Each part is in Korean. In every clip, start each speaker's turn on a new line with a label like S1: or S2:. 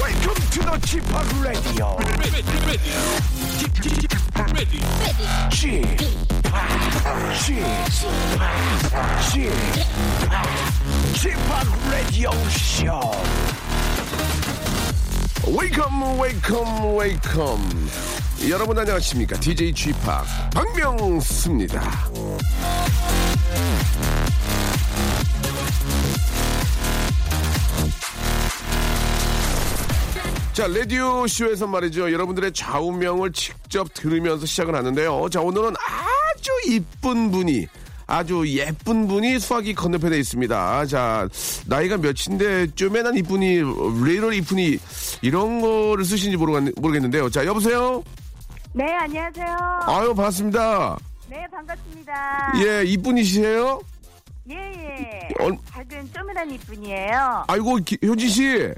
S1: Welcome to the g p Radio. g p g p Radio Show. Welcome, welcome, welcome. 여러분 안녕하십니까? DJ g p 박명수입니다. 자, 라디오 쇼에서 말이죠. 여러분들의 좌우명을 직접 들으면서 시작을 하는데요. 자, 오늘은 아주 이쁜 분이, 아주 예쁜 분이 수학이 건너편에 있습니다. 자, 나이가 몇인데 쪼매난 이쁜이, 레이럴 이쁜이, 이런 거를 쓰시는지 모르겠, 모르겠는데요. 자, 여보세요?
S2: 네, 안녕하세요.
S1: 아유, 반갑습니다.
S2: 네, 반갑습니다.
S1: 예, 이쁜이시세요?
S2: 예, 예.
S1: 얼-
S2: 작은 쪼매난 이쁜이에요.
S1: 아이고, 기- 효진 씨.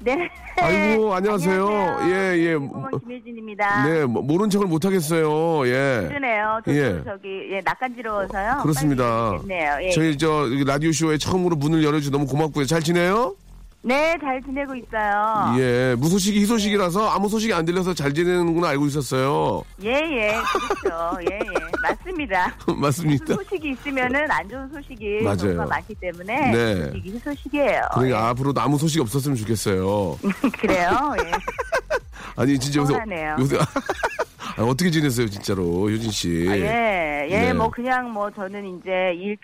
S2: 네.
S1: 아이고, 안녕하세요. 예, 예.
S2: 공원 김혜진입니다.
S1: 네, 모- 모른 척을 못하겠어요. 예.
S2: 그러네요. 저도
S1: 예.
S2: 저기 예, 낯간지러워서요.
S1: 그렇습니다.
S2: 네요. 예.
S1: 저희 저 라디오 쇼에 처음으로 문을 열어주 너무 고맙고요. 잘 지내요?
S2: 네, 잘 지내고 있어요.
S1: 예, 무소식이 희소식이라서 아무 소식이 안 들려서 잘 지내는구나 알고 있었어요.
S2: 예, 예. 그렇죠. 예, 예. 맞습니다. 무슨
S1: 맞습니다.
S2: 소식이 있으면은 안 좋은 소식이
S1: 맞아요.
S2: 정말 많기 때문에
S1: 네.
S2: 소식이 희소식이에요.
S1: 그러니까 앞으로도 아무 소식이 없었으면 좋겠어요.
S2: 그래요. 예.
S1: 아니 진짜 요새
S2: 서운하네요.
S1: 요새 아, 어떻게 지냈어요 진짜로 효진 씨?
S2: 아, 예, 예,
S1: 네.
S2: 뭐 그냥 뭐 저는 이제 일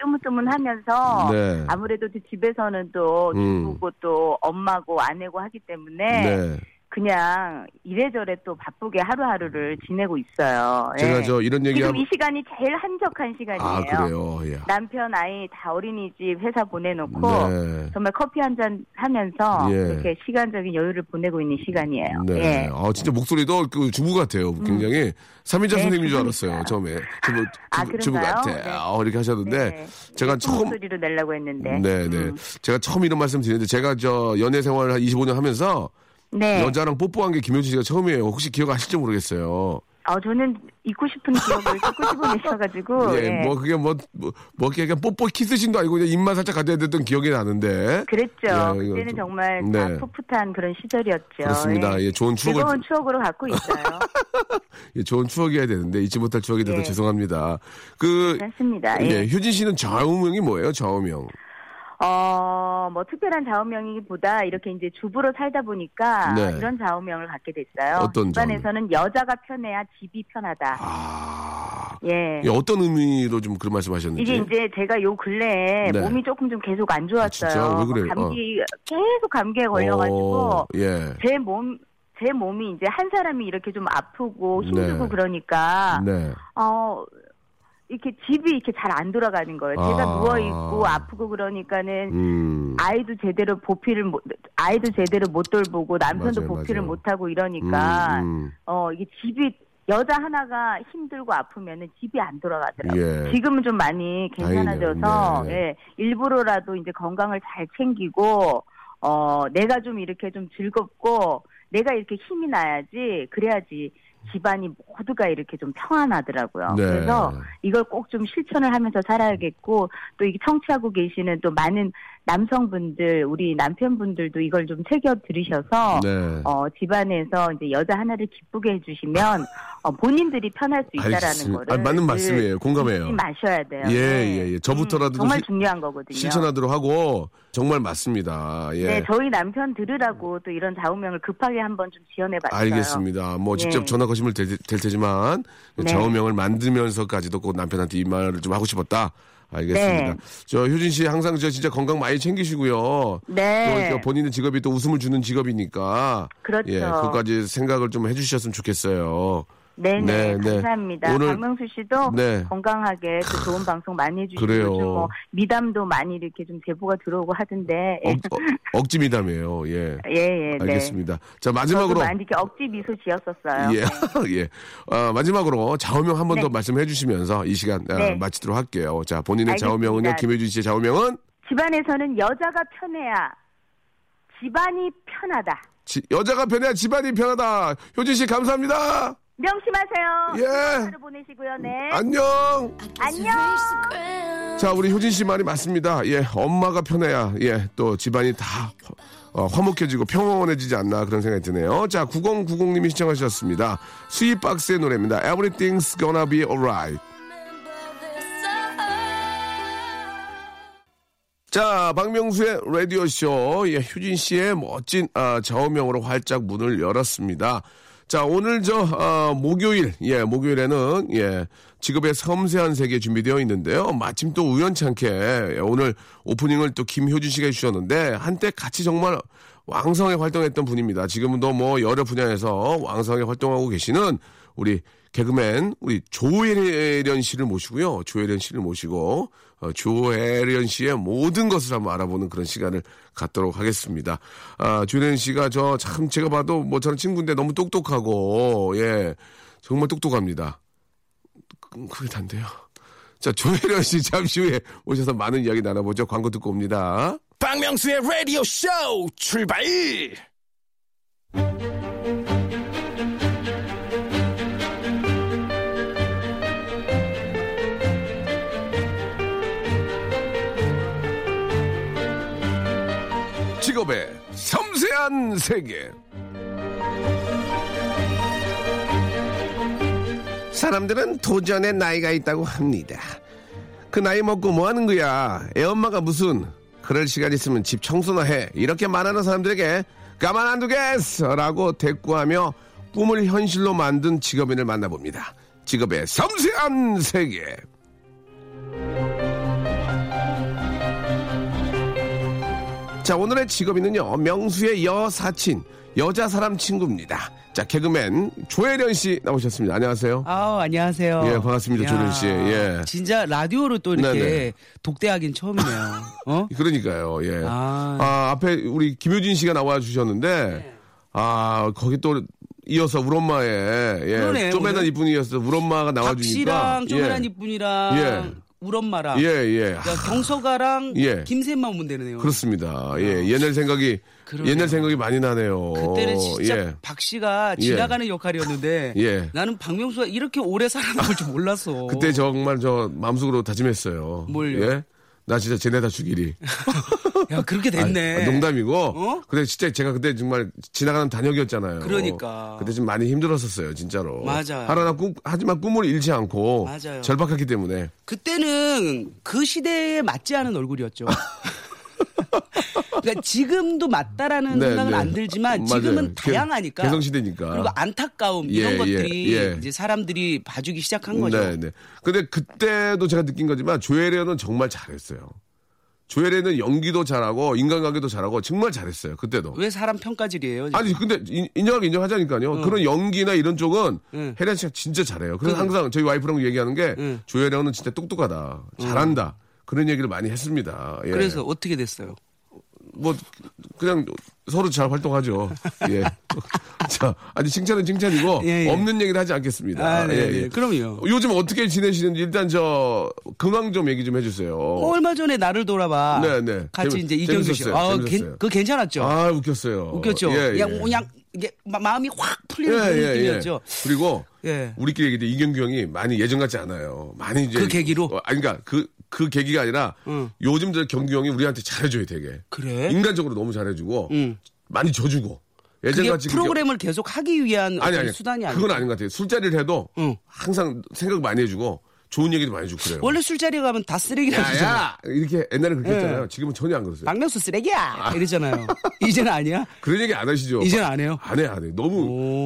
S2: 뜨문뜨문하면서
S1: 네.
S2: 아무래도 또 집에서는 또
S1: 음.
S2: 주부고 또 엄마고 아내고 하기 때문에
S1: 네.
S2: 그냥 이래저래 또 바쁘게 하루하루를 지내고 있어요. 예.
S1: 제가 저 이런 얘기
S2: 지금
S1: 하면
S2: 이 시간이 제일 한적한 시간이에요.
S1: 아 그래요. 예.
S2: 남편 아이 다 어린이집 회사 보내놓고
S1: 네.
S2: 정말 커피 한 잔 하면서
S1: 예.
S2: 이렇게 시간적인 여유를 보내고 있는 시간이에요.
S1: 네.
S2: 예. 음.
S1: 아 진짜 목소리도 그 주부 같아요. 굉장히 삼인자
S2: 네,
S1: 선생님인 줄
S2: 주부니까.
S1: 알았어요. 처음에 주부
S2: 아,
S1: 주부, 주부
S2: 그런가요?
S1: 같아.
S2: 네.
S1: 아, 이렇게 하셨는데
S2: 네.
S1: 제가 처음
S2: 목소리로 내려고 했는데.
S1: 네, 네.
S2: 음.
S1: 제가 처음 이런 말씀 드리는데 제가 저 연애 생활 한 25년 하면서
S2: 네.
S1: 여자랑 뽀뽀한 게 김효진 씨가 처음이에요. 혹시 기억하실지 모르겠어요.
S2: 아, 저는 잊고 싶은 기억을 자꾸 집어내셔가지고.
S1: 예,
S2: 예.
S1: 뭐 그게 뭐 뭐 뭐, 그냥 뽀뽀 키스신도 아니고 그냥 입만 살짝 가져야 됐던 기억이 나는데.
S2: 그랬죠.
S1: 예, 이거
S2: 그때는
S1: 좀-
S2: 정말 다
S1: 네.
S2: 풋풋한 그런 시절이었죠.
S1: 그렇습니다. 예, 좋은 추억을
S2: 즐거운 추억으로 갖고 있어요.
S1: 예, 좋은 추억이어야 되는데 잊지 못할 추억이 돼서
S2: 예.
S1: 죄송합니다. 그
S2: 그렇습니다. 예.
S1: 예, 효진 씨는 좌우명이 뭐예요? 좌우명.
S2: 어, 뭐 특별한 자우명이기보다 이렇게 이제 주부로 살다 보니까
S1: 네.
S2: 이런 자우명을 갖게 됐어요.
S1: 어떤 자우명?
S2: 집안에서는 여자가 편해야 집이 편하다.
S1: 아.
S2: 예.
S1: 예, 어떤 의미로 좀 그런 말씀하셨는지.
S2: 이게 이제 제가 요 근래에
S1: 네. 아,
S2: 몸이 조금 좀 계속 안 좋았어요.
S1: 진짜? 왜 그래요?
S2: 감기 계속 감기에 걸려가지고
S1: 어, 예.
S2: 제 몸 제 몸이 이제 한 사람이 이렇게 좀 아프고 힘들고
S1: 네.
S2: 그러니까
S1: 네.
S2: 어 이렇게 집이 이렇게 잘 안 돌아가는 거예요. 제가
S1: 아.
S2: 누워 있고 아프고 그러니까는
S1: 음.
S2: 아이도 제대로 보필을 못 아이도 제대로 못 돌보고 남편도
S1: 맞아요,
S2: 보필을
S1: 맞아요.
S2: 못 하고 이러니까
S1: 음, 음.
S2: 어 이게 집이 여자 하나가 힘들고 아프면은 집이 안 돌아가더라고요.
S1: 예.
S2: 지금은 좀 많이 괜찮아져서
S1: 다행이네요. 네.
S2: 예, 일부러라도 이제 건강을 잘 챙기고 어 내가 좀 이렇게 좀 즐겁고 내가 이렇게 힘이 나야지 그래야지 집안이 모두가 이렇게 좀 평안하더라고요.
S1: 네.
S2: 어, 그래서 이걸 꼭 좀 실천을 하면서 살아야겠고 또 이게 청취하고 계시는 또 많은 남성분들 우리 남편분들도 이걸 좀 새겨 들으셔서
S1: 네.
S2: 어, 집안에서 이제 여자 하나를 기쁘게 해주시면 어, 본인들이 편할 수 있다라는
S1: 알겠습니다.
S2: 거를
S1: 아, 맞는
S2: 늘
S1: 말씀이에요. 공감해요.
S2: 잊지 마셔야 돼요.
S1: 예,
S2: 네.
S1: 예, 예. 저부터라도
S2: 음, 정말
S1: 시-
S2: 중요한 거거든요.
S1: 실천하도록 하고 정말 맞습니다. 예.
S2: 네, 저희 남편 들으라고 또 이런 좌우명을 급하게 한번 좀 지원해봤어요.
S1: 알겠습니다. 뭐
S2: 예.
S1: 직접 전화 거시면 될, 될 테지만
S2: 네.
S1: 좌우명을 만들면서까지도 꼭 남편한테 이 말을 좀 하고 싶었다. 알겠습니다.
S2: 네.
S1: 저 효진 씨 항상 저 진짜 건강 많이 챙기시고요.
S2: 네.
S1: 또 본인의 직업이 또 웃음을 주는 직업이니까
S2: 그렇죠.
S1: 예, 그것까지 생각을 좀 해주셨으면 좋겠어요.
S2: 네네.
S1: 네, 네.
S2: 감사합니다.
S1: 오늘-
S2: 박명수 씨도
S1: 네.
S2: 건강하게 또 좋은 방송 많이 해주시고
S1: 그래요.
S2: 요즘 뭐 미담도 많이 이렇게 좀 제보가 들어오고 하던데 예.
S1: 억, 어, 억지 미담이에요. 예.
S2: 예, 예, 네.
S1: 알겠습니다. 자,
S2: 저도
S1: 마지막으로.
S2: 많이 이렇게 억지 미소 지었었어요.
S1: 예, 예. 아, 마지막으로 자우명 한 번 더
S2: 네.
S1: 말씀해 주시면서 이 시간 아,
S2: 네.
S1: 마치도록 할게요. 자, 본인의
S2: 알겠습니다.
S1: 자우명은요, 김효준 씨의 자우명은
S2: 집안에서는 여자가 편해야 집안이 편하다.
S1: 지- 여자가 편해야 집안이 편하다. 효준 씨 감사합니다.
S2: 명심하세요.
S1: 예.
S2: 좋은 하루 보내시고요. 네.
S1: 안녕.
S2: 안녕.
S1: 자, 우리 효진 씨 말이 맞습니다. 예, 엄마가 편해야 예, 또 집안이 다 화- 어, 화목해지고 평온해지지 않나 그런 생각이 드네요. 자, 9090님이 시청하셨습니다. 스윗박스의 노래입니다. Everything's gonna be alright. 자, 박명수의 라디오쇼, 예, 휴진 씨의 멋진, 아, 좌우명으로 활짝 문을 열었습니다. 자, 오늘 저, 아, 목요일, 예, 목요일에는, 예, 직업의 섬세한 세계 준비되어 있는데요. 마침 또 우연찮게, 예, 오늘 오프닝을 또 김효진 씨가 해주셨는데, 한때 같이 정말 왕성하게 활동했던 분입니다. 지금도 뭐 여러 분야에서 왕성하게 활동하고 계시는 우리 개그맨 우리 조혜련 씨를 모시고요. 조혜련 씨를 모시고 어, 조혜련 씨의 모든 것을 한번 알아보는 그런 시간을 갖도록 하겠습니다. 아, 조혜련 씨가 저 참 제가 봐도 뭐 저는 친구인데 너무 똑똑하고 예 정말 똑똑합니다. 그- 그게 단데요. 자 조혜련 씨 잠시 후에 오셔서 많은 이야기 나눠보죠. 광고 듣고 옵니다.
S3: 박명수의 라디오 쇼 출발!
S1: 직업의 섬세한 세계. 사람들은 도전의 나이가 있다고 합니다. 그 나이 먹고 뭐 하는 거야? 애 엄마가 무슨 그럴 시간 있으면 집 청소나 해. 이렇게 말하는 사람들에게 가만 안 두겠어라고 대꾸하며 꿈을 현실로 만든 직업인을 만나봅니다. 직업의 섬세한 세계. 자 오늘의 직업인은요 명수의 여사친 여자 사람 친구입니다. 자 개그맨 조혜련 씨 나오셨습니다. 안녕하세요.
S4: 아우 안녕하세요.
S1: 예, 반갑습니다,
S4: 야,
S1: 조준 씨. 예.
S4: 진짜 라디오로 또 이렇게
S1: 네네.
S4: 독대하긴 처음이네요. 어?
S1: 그러니까요. 예. 아,
S4: 아.
S1: 앞에 우리 김효진 씨가 나와 주셨는데
S4: 네.
S1: 아 거기 또 이어서 우리 엄마의 예.
S4: 그러네,
S1: 쪼매난
S4: 오늘.
S1: 이쁜이어서 우리 엄마가 나와 주니까
S4: 박씨랑 쪼그란 이쁜이랑
S1: 예.
S4: 울 엄마랑
S1: 예 예.
S4: 야, 경서가랑
S1: 예.
S4: 김샘만 오면 되네요.
S1: 그렇습니다. 예. 옛날 생각이
S4: 아. 그러네요.
S1: 옛날 생각이 많이 나네요.
S4: 그때는 진짜
S1: 예.
S4: 박씨가 지나가는 역할이었는데
S1: 예.
S4: 나는 박명수가 이렇게 오래 살아남을 줄 몰랐어.
S1: 그때 정말 저 마음속으로 다짐했어요.
S4: 뭘요?
S1: 예? 나 진짜 쟤네 다 죽이리.
S4: 야 그렇게 됐네.
S1: 아, 농담이고.
S4: 어?
S1: 근데 진짜 제가 그때 정말 지나가는 단역이었잖아요.
S4: 그러니까.
S1: 그때 좀 많이 힘들었었어요, 진짜로.
S4: 맞아요.
S1: 하루나 꿈, 하지만 꿈을 잃지 않고.
S4: 맞아요.
S1: 절박했기 때문에.
S4: 그때는 그 시대에 맞지 않은 얼굴이었죠. 그러니까 지금도 맞다라는
S1: 네,
S4: 생각은
S1: 네.
S4: 안 들지만
S1: 맞아요.
S4: 지금은
S1: 개-
S4: 다양하니까
S1: 개성시대니까.
S4: 그리고 안타까움
S1: 예,
S4: 이런
S1: 예,
S4: 것들이
S1: 예.
S4: 이제 사람들이 봐주기 시작한 거죠.
S1: 네, 네. 근데 그때도 제가 느낀 거지만 조혜련은 정말 잘했어요. 조혜련은 연기도 잘하고 인간관계도 잘하고 정말 잘했어요, 그때도.
S4: 왜 사람 평가질이에요? 지금?
S1: 아니 예. 근데 인- 인정하긴 인정하자니까요. 그런 연기나 이런 쪽은
S4: 응.
S1: 혜련 씨가 진짜 잘해요. 그래서 항상 저희 와이프랑 얘기하는 게
S4: 응.
S1: 조혜련은 진짜 똑똑하다, 잘한다 그런 얘기를 많이 했습니다. 예.
S4: 그래서 어떻게 됐어요?
S1: 뭐 그냥 서로 잘 활동하죠. 예. 자, 아니 칭찬은 칭찬이고
S4: 예, 예.
S1: 없는 얘기를 하지 않겠습니다.
S4: 아, 네,
S1: 예,
S4: 네.
S1: 예.
S4: 그럼요.
S1: 요즘 어떻게 지내시는지 일단 저 근황 좀 얘기 좀 해주세요.
S4: 뭐 얼마 전에 나를 돌아봐.
S1: 어. 네, 네.
S4: 같이
S1: 재밌-
S4: 이제 이경규 씨.
S1: 재밌었어요.
S4: 아,
S1: 재밌었어요.
S4: 괜- 그거 괜찮았죠?
S1: 아 웃겼어요.
S4: 웃겼죠?
S1: 예,
S4: 그냥,
S1: 예.
S4: 그냥 이게 마- 마음이 확
S1: 예,
S4: 풀리는 그런
S1: 예, 예.
S4: 느낌이었죠.
S1: 그리고
S4: 예.
S1: 우리끼리 얘기도 이경규 형이 많이 예전 같지 않아요. 많이 이제
S4: 그 계기로?
S1: 어, 아니 그러니까 그 그 계기가 아니라
S4: 응.
S1: 요즘 저 경규 형이 우리한테 잘해줘요 되게.
S4: 그래?
S1: 인간적으로 너무 잘해주고
S4: 응.
S1: 많이 져주고 예전
S4: 그게
S1: 같이 그렇게-
S4: 프로그램을 계속 하기 위한
S1: 아니
S4: 어떤
S1: 아니
S4: 수단이 아니고
S1: 그건 아닌 것 같아요. 술자리를 해도
S4: 응.
S1: 항상 생각 많이 해주고 좋은 얘기도 많이 주고 그래요.
S4: 원래 술자리 가면 다 쓰레기라고
S1: 야,
S4: 그러잖아요.
S1: 야! 이렇게 옛날에 그렇게
S4: 예.
S1: 했잖아요. 지금은 전혀 안 그러세요.
S4: 박명수 쓰레기야 이러잖아요. 이제는 아니야.
S1: 그런 얘기 안 하시죠?
S4: 이제는 안 해요.
S1: 안 해, 안 해. 너무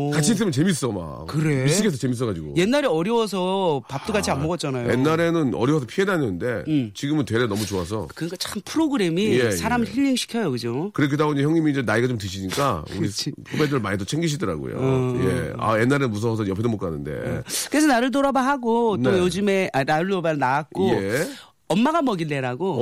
S4: 오.
S1: 같이 있으면 재밌어, 막.
S4: 그래?
S1: 미치겠어, 재밌어가지고.
S4: 옛날에 어려워서 밥도 같이 안 먹었잖아요.
S1: 뭐. 옛날에는 어려워서 피해 다녔는데
S4: 음.
S1: 지금은 되레 너무 좋아서
S4: 그러니까 참 프로그램이
S1: 예,
S4: 사람을
S1: 예.
S4: 힐링 시켜요, 그죠?
S1: 그렇기도 하고 이제 형님이 이제 나이가 좀 드시니까 우리
S4: 그렇지. 어.
S1: 후배들 많이 더 챙기시더라고요. 예. 아 옛날에 무서워서 옆에도 못 가는데.
S4: 그래서 나를 돌아봐 하고 또
S1: 네.
S4: 요즘에 아, 나를 돌아봐 나왔고
S1: 예. 어.
S4: 엄마가 먹일래라고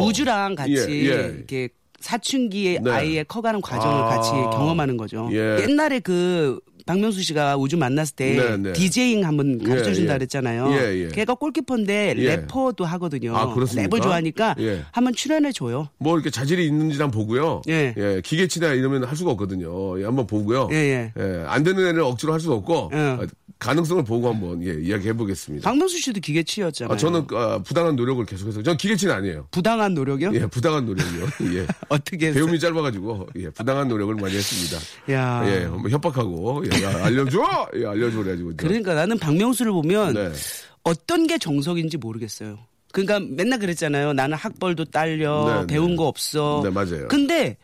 S1: 오.
S4: 우주랑 같이
S1: 예, 예.
S4: 이렇게 사춘기의
S1: 네.
S4: 아이의 커가는 과정을
S1: 아.
S4: 같이 경험하는 거죠.
S1: 예.
S4: 옛날에 그 박명수 씨가 우주 만났을
S1: 네,
S4: 때
S1: 네.
S4: 디제잉 한번 가르쳐 준다
S1: 예.
S4: 그랬잖아요.
S1: 예, 예.
S4: 걔가 골키퍼인데
S1: 예.
S4: 래퍼도 하거든요.
S1: 아, 그렇습니까?
S4: 랩을 좋아하니까
S1: 예.
S4: 한번 출연해 줘요.
S1: 뭐 이렇게 자질이 있는지 한번 보고요.
S4: 예.
S1: 기계치나 이러면 할 수가 없거든요. 예, 한번 보고요.
S4: 예, 예.
S1: 안 되는 애를 억지로 할 수가 없고
S4: 예.
S1: 어, 가능성을 보고 한번 예, 이야기해 보겠습니다.
S4: 박명수 씨도 기계치였잖아요.
S1: 아, 저는 어, 부당한 노력을 계속해서 전 기계치는 아니에요.
S4: 부당한 노력이요?
S1: 예, 부당한 노력이요. 예.
S4: 어떻게 해서?
S1: 배움이 짧아가지고 예, 부당한 노력을 많이 했습니다.
S4: 야.
S1: 예, 뭐 협박하고 예, 야, 알려줘, 예, 알려줘 그래가지고 이제.
S4: 그러니까 나는 박명수를 보면
S1: 네.
S4: 어떤 게 정석인지 모르겠어요. 그러니까 맨날 그랬잖아요. 나는 학벌도 딸려
S1: 네,
S4: 배운
S1: 네.
S4: 거 없어.
S1: 네, 맞아요.
S4: 근데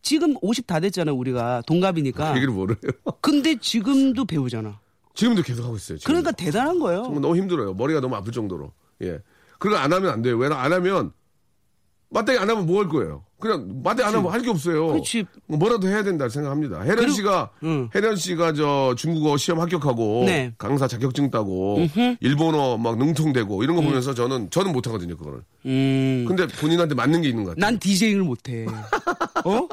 S4: 지금 50 다 됐잖아요. 우리가 동갑이니까.
S1: 그 얘기를 모르요.
S4: 근데 지금도 배우잖아.
S1: 지금도 계속 하고 있어요. 지금도.
S4: 그러니까 대단한 거예요.
S1: 정말 너무 힘들어요. 머리가 너무 아플 정도로. 예. 그걸 안 하면 안 돼요. 왜냐 안 하면 맞대기 안 하면 뭐 할 거예요. 그냥 맞대기 안 하면 할 게 없어요.
S4: 그렇지.
S1: 뭐 뭐라도 해야 된다 생각합니다. 혜련
S4: 그리고-
S1: 씨가
S4: 응.
S1: 혜련 씨가 저 중국어 시험 합격하고
S4: 네.
S1: 강사 자격증 따고 일본어 막 능통되고 이런 거 보면서 저는 저는 못 하거든요 그거를.
S4: 음.
S1: 근데 본인한테 맞는 게 있는 것 같아요.
S4: 난 디제잉을 못 해. 어?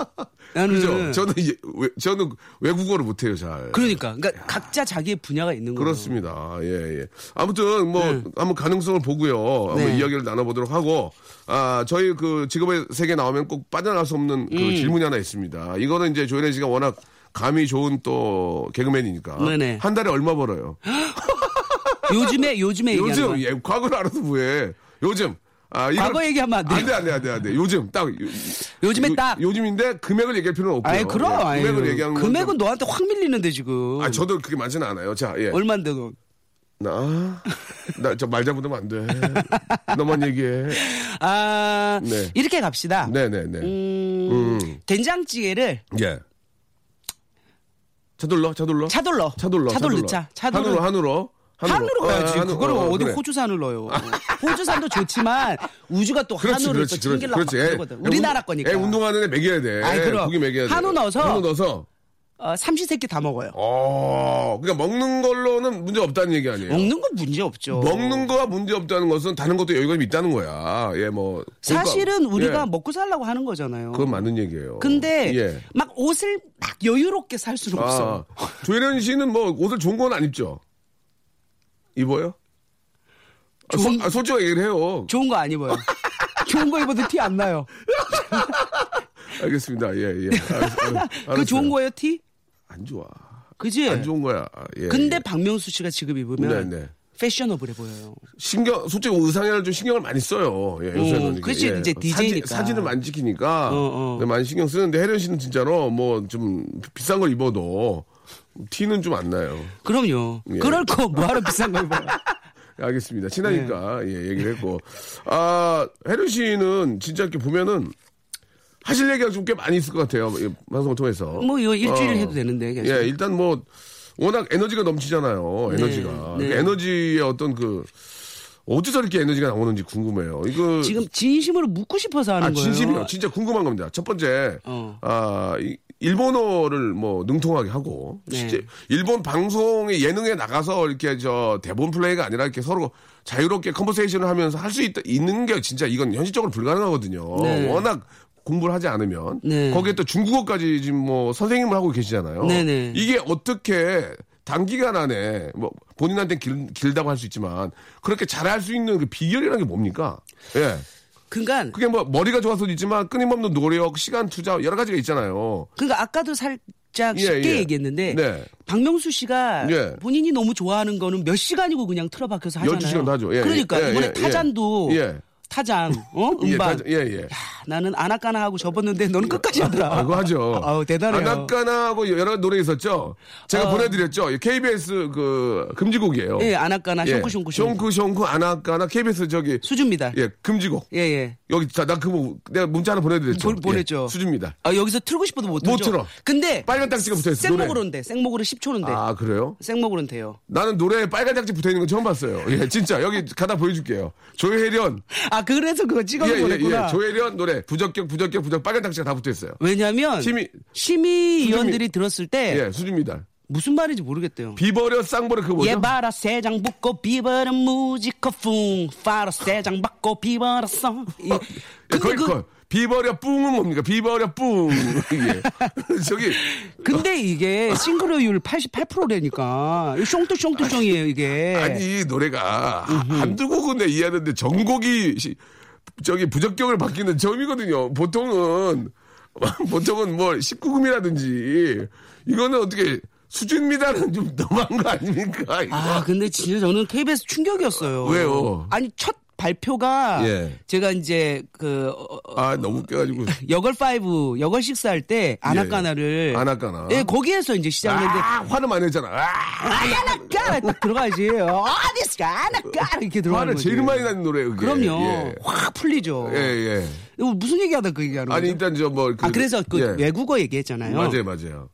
S4: 나는
S1: 그죠? 저는 이제 외, 저는 외국어를 못해요 잘.
S4: 그러니까 그러니까 각자 자기의 분야가 있는 거예요.
S1: 그렇습니다. 예, 예. 아무튼 뭐 한번 가능성을 보고요. 한번
S4: 네.
S1: 이야기를 나눠보도록 하고 아 저희 그 직업의 세계 나오면 꼭 빠져나갈 수 없는 그
S4: 음.
S1: 질문이 하나 있습니다. 이거는 이제 조현혜 씨가 워낙 감이 좋은 또 개그맨이니까
S4: 네네.
S1: 한 달에 얼마 벌어요?
S4: 요즘에 요즘에 얘기하는
S1: 요즘
S4: 거야.
S1: 예, 과거를 알아서 뭐해? 요즘 아 이걸-
S4: 과거 얘기하면 안 돼요.
S1: 안돼 안돼 안돼 안돼 요즘 딱 요,
S4: 요즘에
S1: 요-
S4: 딱.
S1: 요즘인데 금액을 얘기할 필요는 없고요.
S4: 아이 그럼.
S1: 예,
S4: 아이,
S1: 금액을 얘기하는 건
S4: 금액은 뭐.
S1: 좀-
S4: 너한테 확 밀리는데 지금.
S1: 아 저도 그게 많지는 않아요. 자 예.
S4: 얼마인데 너?
S1: 나, 나, 저 말 잘못하면 안 돼. 너만 얘기해.
S4: 아
S1: 네.
S4: 이렇게 갑시다.
S1: 네네네.
S4: 음, 된장찌개를
S1: 예. 차돌러, 차돌러.
S4: 차돌러.
S1: 어? 차돌러.
S4: 차돌러 차. 차돌러.
S1: 한우로, 한우로.
S4: 한우로 가야지.
S1: 아, 한우,
S4: 그걸
S1: 어,
S4: 어디
S1: 그래.
S4: 호주산을 넣어요. 호주산도 좋지만 우주가 또
S1: 그렇지,
S4: 한우를
S1: 그렇지, 그렇지,
S4: 또 챙길라고
S1: 그렇지. 애,
S4: 그러거든. 우리나라
S1: 운-
S4: 거니까.
S1: 애 운동하는 애 먹여야 돼.
S4: 아이, 그럼.
S1: 고기 먹여야 돼.
S4: 한우 넣어서.
S1: 한우 넣어서.
S4: 어, 삼시세끼 다 먹어요.
S1: 어, 그러니까 먹는 걸로는 문제 없다는 얘기 아니에요.
S4: 먹는 건 문제 없죠.
S1: 예. 먹는 거와 문제 없다는 것은 다른 것도 여유가 좀 있다는 거야. 예, 뭐.
S4: 사실은
S1: 그러니까,
S4: 우리가
S1: 예,
S4: 먹고 살라고 하는 거잖아요.
S1: 그건 맞는 얘기예요.
S4: 근데
S1: 예. 아.
S4: 막 옷을 막 여유롭게 살 수는 없어.
S1: 조혜련 씨는 뭐 옷을 좋은 건 안 입죠? 입어요? 아, 소-
S4: 좋은-
S1: 아, 솔직하게 얘기를 해요.
S4: 좋은 거 안 입어요. 좋은 거 입어도 티 안 나요.
S1: 알겠습니다. 예, 예. 알았- 알았-
S4: 그
S1: 알았어요.
S4: 좋은 거예요, 티?
S1: 안 좋아.
S4: 그지?
S1: 안 좋은 거야. 아, 예,
S4: 근데
S1: 예.
S4: 박명수 씨가 지금 입으면
S1: 네, 네.
S4: 패셔너블해 보여요.
S1: 신경 솔직히 뭐 의상에는 좀 신경을 많이 써요. 예, 요새는 이게,
S4: 어, 그치, 이제 DJ 니까.
S1: 사진, 을 많이 찍히니까
S4: 어, 어.
S1: 네, 많이 신경 쓰는데 혜련 씨는 진짜로 뭐 좀 비싼 걸 입어도 티는 좀 안 나요.
S4: 그럼요.
S1: 예.
S4: 그럴 거 뭐하러 비싼 걸 입어요.
S1: 알겠습니다.
S4: 네.
S1: 친하니까 예, 얘기를 했고 아 혜련 씨는 진짜 이렇게 보면은 하실 얘기가 좀 꽤 많이 있을 것 같아요 이 방송을 통해서
S4: 뭐 이거 일주일
S1: 어.
S4: 해도 되는데. 계속.
S1: 예 일단 뭐 워낙 에너지가 넘치잖아요 에너지가
S4: 네.
S1: 그 에너지의 어떤 그 어디서 이렇게 에너지가 나오는지 궁금해요 이거
S4: 지금 진심으로 묻고 싶어서 하는
S1: 아
S4: 거예요.
S1: 진심이요 진짜 궁금한 겁니다 첫 번째
S4: 어.
S1: 아 이- 일본어를 뭐 능통하게 하고
S4: 네.
S1: 실제 일본 방송의 예능에 나가서 이렇게 저 대본 플레이가 아니라 이렇게 서로 자유롭게 컨버세이션을 하면서 할 수 있는 게 진짜 이건 현실적으로 불가능하거든요.
S4: 네.
S1: 워낙 공부를 하지 않으면
S4: 네.
S1: 거기에 또 중국어까지 지금 뭐 선생님을 하고 계시잖아요.
S4: 네네.
S1: 이게 어떻게 단기간 안에 뭐 본인한테 길, 길다고 할 수 있지만 그렇게 잘할 수 있는 그 비결이라는 게 뭡니까? 예.
S4: 그러니까
S1: 그게 뭐 머리가 좋아서도 있지만 끊임없는 노력, 시간 투자 여러 가지가 있잖아요.
S4: 그러니까 아까도 살짝
S1: 예,
S4: 쉽게
S1: 예.
S4: 얘기했는데
S1: 네.
S4: 박명수 씨가
S1: 예.
S4: 본인이 너무 좋아하는 거는 몇 시간이고 그냥 틀어박혀서 하잖아요.
S1: 12시간 도 하죠. 예,
S4: 그러니까
S1: 예,
S4: 이번에
S1: 예,
S4: 타잔도
S1: 예.
S4: 타잔 어
S1: 예,
S4: 음반
S1: 다- 예, 예.
S4: 야, 나는 아나까나하고 접었는데 너는 끝까지 하더라.
S1: 알고 하죠.
S4: 아우, 대단해요.
S1: 아나까나하고 여러 노래 있었죠. 제가
S4: 어.
S1: 보내드렸죠. KBS 그 금지곡이에요.
S4: 예, 아나까나,
S1: 예.
S4: 숑쿠, 숑쿠, 숑쿠.
S1: 숑쿠 숑쿠 아나까나 KBS 저기
S4: 수줍니다. 예,
S1: 예 금지곡.
S4: 예.
S1: 여기 다나그 내가 문자 하나 보내드렸죠.
S4: 보- 보냈죠.
S1: 예, 수줍니다.
S4: 아, 여기서 틀고 싶어도 못,
S1: 못
S4: 틀죠.
S1: 틀어.
S4: 근데
S1: 빨간 딱지가 붙어있어. 노래.
S4: 생목으로는 돼. 생목으로 10초는 돼.
S1: 아 그래요?
S4: 생목으로는 돼요.
S1: 나는 노래에 빨간 딱지 붙어 있는 건 처음 봤어요. 예, 진짜 여기 가다 보여줄게요. 조혜련.
S4: 아, 그래서 그거 찍어
S1: 예, 예,
S4: 보냈구나.
S1: 예. 조혜련 노래 부적격 부적격 부적 빨간 딱지가 다 붙어 있어요.
S4: 왜냐면
S1: 심의-
S4: 심의위원들이 들었을 때
S1: 예, 수줍니다.
S4: 무슨 말인지 모르겠대요.
S1: 비버려 쌍버려 그거 뭐죠?
S4: 예 바라 세장 붙고 비바라 무지커 풍 파라 세장 받고 비바라 써 예.
S1: 예,
S4: 근데
S1: 거의
S4: 그
S1: 거 비버려 뿡은 뭡니까? 비버려 뿡. 예. 저기
S4: 근데 이게 싱글효율 88%라니까 숑뚜숑뚜숑이에요 이게
S1: 아니 이 노래가 한두 곡은 내 이해하는데 전곡이 시- 저기 부적격을 바뀌는 점이거든요. 보통은 보통은 뭐 19금이라든지 이거는 어떻게 수준미다는 좀 너무한 거 아닙니까? 이거.
S4: 아, 근데 진짜 저는 KBS 충격이었어요
S1: 왜요?
S4: 아니 첫 발표가
S1: 예.
S4: 제가 이제 그 어, 어,
S1: 아, 너무 웃겨가지고
S4: 여걸 파이브 여걸 식스 할 때 아나까나를
S1: 예. 아나까나.
S4: 예 거기에서 이제 시작했는데
S1: 아, 화를 많이 했잖아. 아,
S4: 아나까나 딱 들어가야지 어디스까 아나까나 이렇게 들어가는
S1: 화를
S4: 거지
S1: 제일 많이 나는 노래 그게.
S4: 그럼요.
S1: 예.
S4: 확 풀리죠.
S1: 예, 예.
S4: 이거 무슨 얘기하다 그 얘기하는
S1: 아니
S4: 거죠?
S1: 일단 저뭐
S4: 아, 그래서 그
S1: 예.
S4: 외국어 얘기했잖아요.
S1: 맞아요, 맞아요.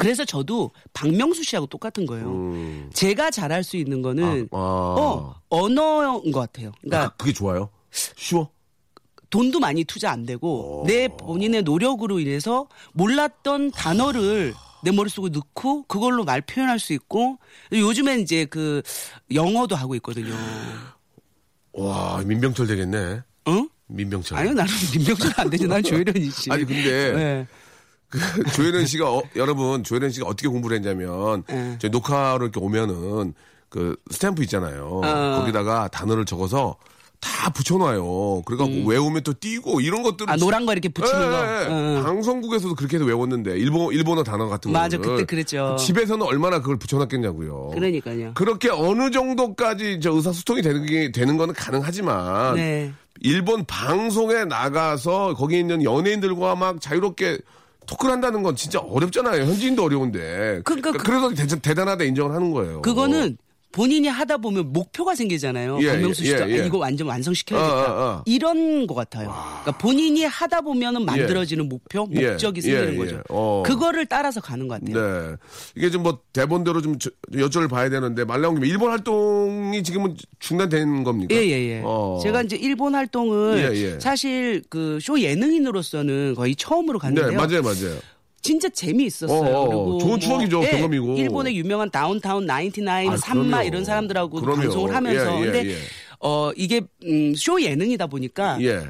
S4: 그래서 저도 박명수 씨하고 똑같은 거예요. 제가 잘할 수 있는 거는
S1: 음. 아, 아.
S4: 어, 언어인 것 같아요. 그러니까
S1: 그게 좋아요. 쉬워.
S4: 돈도 많이 투자 안
S1: 어.
S4: 되고 내 본인의 노력으로 인해서 몰랐던 단어를 내 머릿속에 넣고 그걸로 말 표현할 수 있고 요즘엔 이제 그 영어도 하고 있거든요.
S1: 와, 민병철 되겠네.
S4: 응?
S1: 민병철.
S4: 어? 아니요, 나는 민병철 안 되지. 난 조혜련이지.
S1: 아니, 근데
S4: 네.
S1: 그 조혜련 씨가 어, 여러분 조혜련 씨가 어떻게 공부를 했냐면
S4: 예.
S1: 저희 녹화로 이렇게 오면은 그 스탬프 있잖아요.
S4: 어.
S1: 거기다가 단어를 적어서 다 붙여놔요. 그래갖고 외우면 또 띄고 이런 것들을
S4: 음.
S1: 예,
S4: 아 노란 거 이렇게 붙이는 거. 응.
S1: 방송국에서도 그렇게 해서 외웠는데 일본 일본어 단어 같은 거
S4: 맞아, 그때 그랬죠.
S1: 집에서는 얼마나 그걸 붙여놨겠냐고요.
S4: 그러니까요.
S1: 그렇게 어느 정도까지 저 의사소통이 되는 게 되는 거는 가능하지만
S4: 네.
S1: 일본 방송에 나가서 거기에 있는 연예인들과 막 자유롭게 토크를 한다는 건 진짜 어렵잖아요. 현지인도 어려운데.
S4: 그러니까 그-
S1: 래서 대, 단하다 인정을 하는 거예요.
S4: 그거는 본인이 하다 보면 목표가 생기잖아요.
S1: 예,
S4: 박명수
S1: 예,
S4: 씨도
S1: 예.
S4: 아, 이거 완전 완성시켜야겠다.
S1: 어, 어, 어.
S4: 이런 거 같아요. 그러니까 본인이 하다 보면은 만들어지는 목표,
S1: 예,
S4: 목적이
S1: 예,
S4: 생기는
S1: 예.
S4: 거죠.
S1: 어.
S4: 그거를 따라서 가는 것 같아요.
S1: 네. 이게 좀 뭐 대본대로 좀 저- 좀 여쭤를 봐야 되는데 말 나온 김에 일본 활동이 지금은 중단된 겁니까?
S4: 예, 예, 예.
S1: 어.
S4: 제가 이제 일본 활동을
S1: 예, 예.
S4: 사실 그 쇼 예능인으로서는 거의 처음으로
S1: 네,
S4: 갔는데요.
S1: 맞아요, 맞아요.
S4: 진짜 재미있었어요.
S1: 어, 어,
S4: 그리고
S1: 좋은 추억이죠,
S4: 예,
S1: 경험이고.
S4: 일본의 유명한 다운타운 99,
S1: 아,
S4: 삼마
S1: 그럼요.
S4: 이런 사람들하고
S1: 그럼요.
S4: 방송을 하면서
S1: 예, 예,
S4: 근데
S1: 예.
S4: 어 이게 음, 쇼 예능이다 보니까
S1: 예.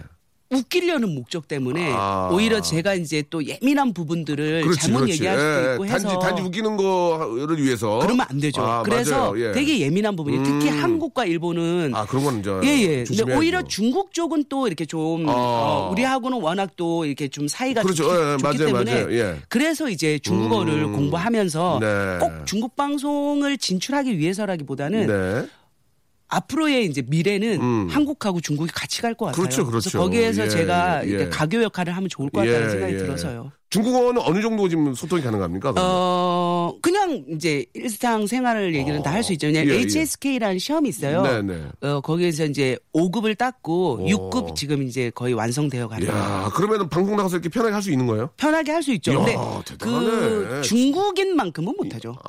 S4: 웃기려는 목적 때문에
S1: 아.
S4: 오히려 제가 이제 또 예민한 부분들을
S1: 그렇지,
S4: 잘못
S1: 그렇지.
S4: 얘기할 수도
S1: 예,
S4: 있고
S1: 예.
S4: 해서
S1: 단지, 단지 웃기는 거를 위해서.
S4: 그러면 안 되죠.
S1: 아,
S4: 그래서
S1: 맞아요. 예. 음.
S4: 되게 예민한 부분이 특히 한국과 일본은
S1: 아, 그런 건 이제.
S4: 예, 예. 근데
S1: 조심해야죠.
S4: 오히려 중국 쪽은 또 이렇게 좀,
S1: 아.
S4: 어, 우리하고는 워낙 또 이렇게 좀 사이가
S1: 그렇죠.
S4: 좋기,
S1: 예, 예,
S4: 좋기
S1: 맞아요,
S4: 때문에.
S1: 맞아요. 예. 음.
S4: 그래서 이제 중국어를 공부하면서
S1: 네.
S4: 꼭 중국 방송을 진출하기 위해서라기보다는
S1: 네. 음.
S4: 앞으로의 이제 미래는 한국하고 중국이 같이 갈 것 같아요.
S1: 그렇죠,
S4: 래서
S1: 그렇죠.
S4: 거기에서
S1: 예,
S4: 제가
S1: 예.
S4: 이렇게 가교 역할을 하면 좋을 것 같다는 생각이 들어서요.
S1: 중국어는 어느 정도 지금 소통이 가능합니까? 그러면?
S4: 어 그냥 이제 일상 생활을 얘기는 다 할 수 있죠. 왜냐
S1: 예, 예.
S4: HSK라는 시험이 있어요.
S1: 네, 네.
S4: 어 거기에서 이제 5급을 땄고
S1: 오.
S4: 6급 지금 이제 거의 완성되어 가는 거예요.
S1: 야, 그러면은 방송 나가서 이렇게 편하게 할 수 있는 거예요?
S4: 편하게 할 수 있죠.
S1: 이야,
S4: 근데
S1: 대단하네. 아. 어,
S4: 그 중국인만큼은 못하죠.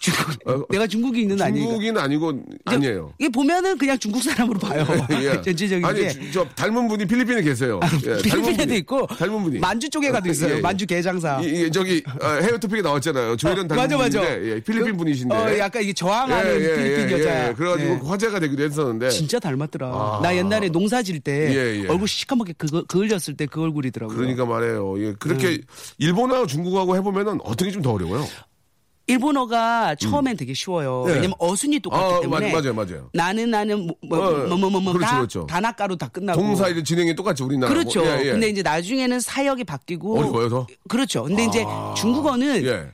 S4: 중국, 내가 중국인은 아니고.
S1: 중국인 아니고 아니에요.
S4: 이게 보면은 그냥 중국 사람으로 봐요.
S1: 예.
S4: 어, 전체적인
S1: 아니,
S4: 게. 아,
S1: 주- 저 닮은 분이 필리핀에 계세요. 예, 닮은
S4: 필리핀에도
S1: 분이.
S4: 있고
S1: 닮은 분이.
S4: 만주 쪽에 가도 있어요.
S1: 예, 예.
S4: 만주 개장사.
S1: 이, 이- 저기 어, 해외 토픽에 나왔잖아요. 조혜련 닮은
S4: 맞아 맞아.
S1: 분인데 예, 필리핀
S4: 그,
S1: 분이신데.
S4: 어, 약간 이게 저항하는 필리핀 여자.
S1: 예. 그래가지고
S4: 네.
S1: 화제가 되기도 했었는데.
S4: 진짜 닮았더라. 나 옛날에 농사 질 때
S1: 아. 예, 예.
S4: 얼굴 시커멓게 그거 그을렸을 때 그 얼굴이더라고요.
S1: 그러니까 말해요. 예, 그렇게 일본하고 중국하고 해보면은 어떻게 좀 더 어려워요?
S4: 일본어가 처음엔 되게 쉬워요.
S1: 예.
S4: 왜냐면 어순이 똑같기
S1: 아,
S4: 때문에.
S1: 맞- 맞아요, 맞아요.
S4: 나는 나는 뭐,
S1: 어, 예. 그렇죠,
S4: 뭐뭐뭐뭐다
S1: 그렇죠.
S4: 단아가로 다 끝나고.
S1: 동사 이제 진행이 똑같이 우리나라.
S4: 그렇죠. 근데 이제 나중에는 사역이 바뀌고.
S1: 예, 어려워요, 더?
S4: 그렇죠. 근데 이제 중국어는
S1: 예.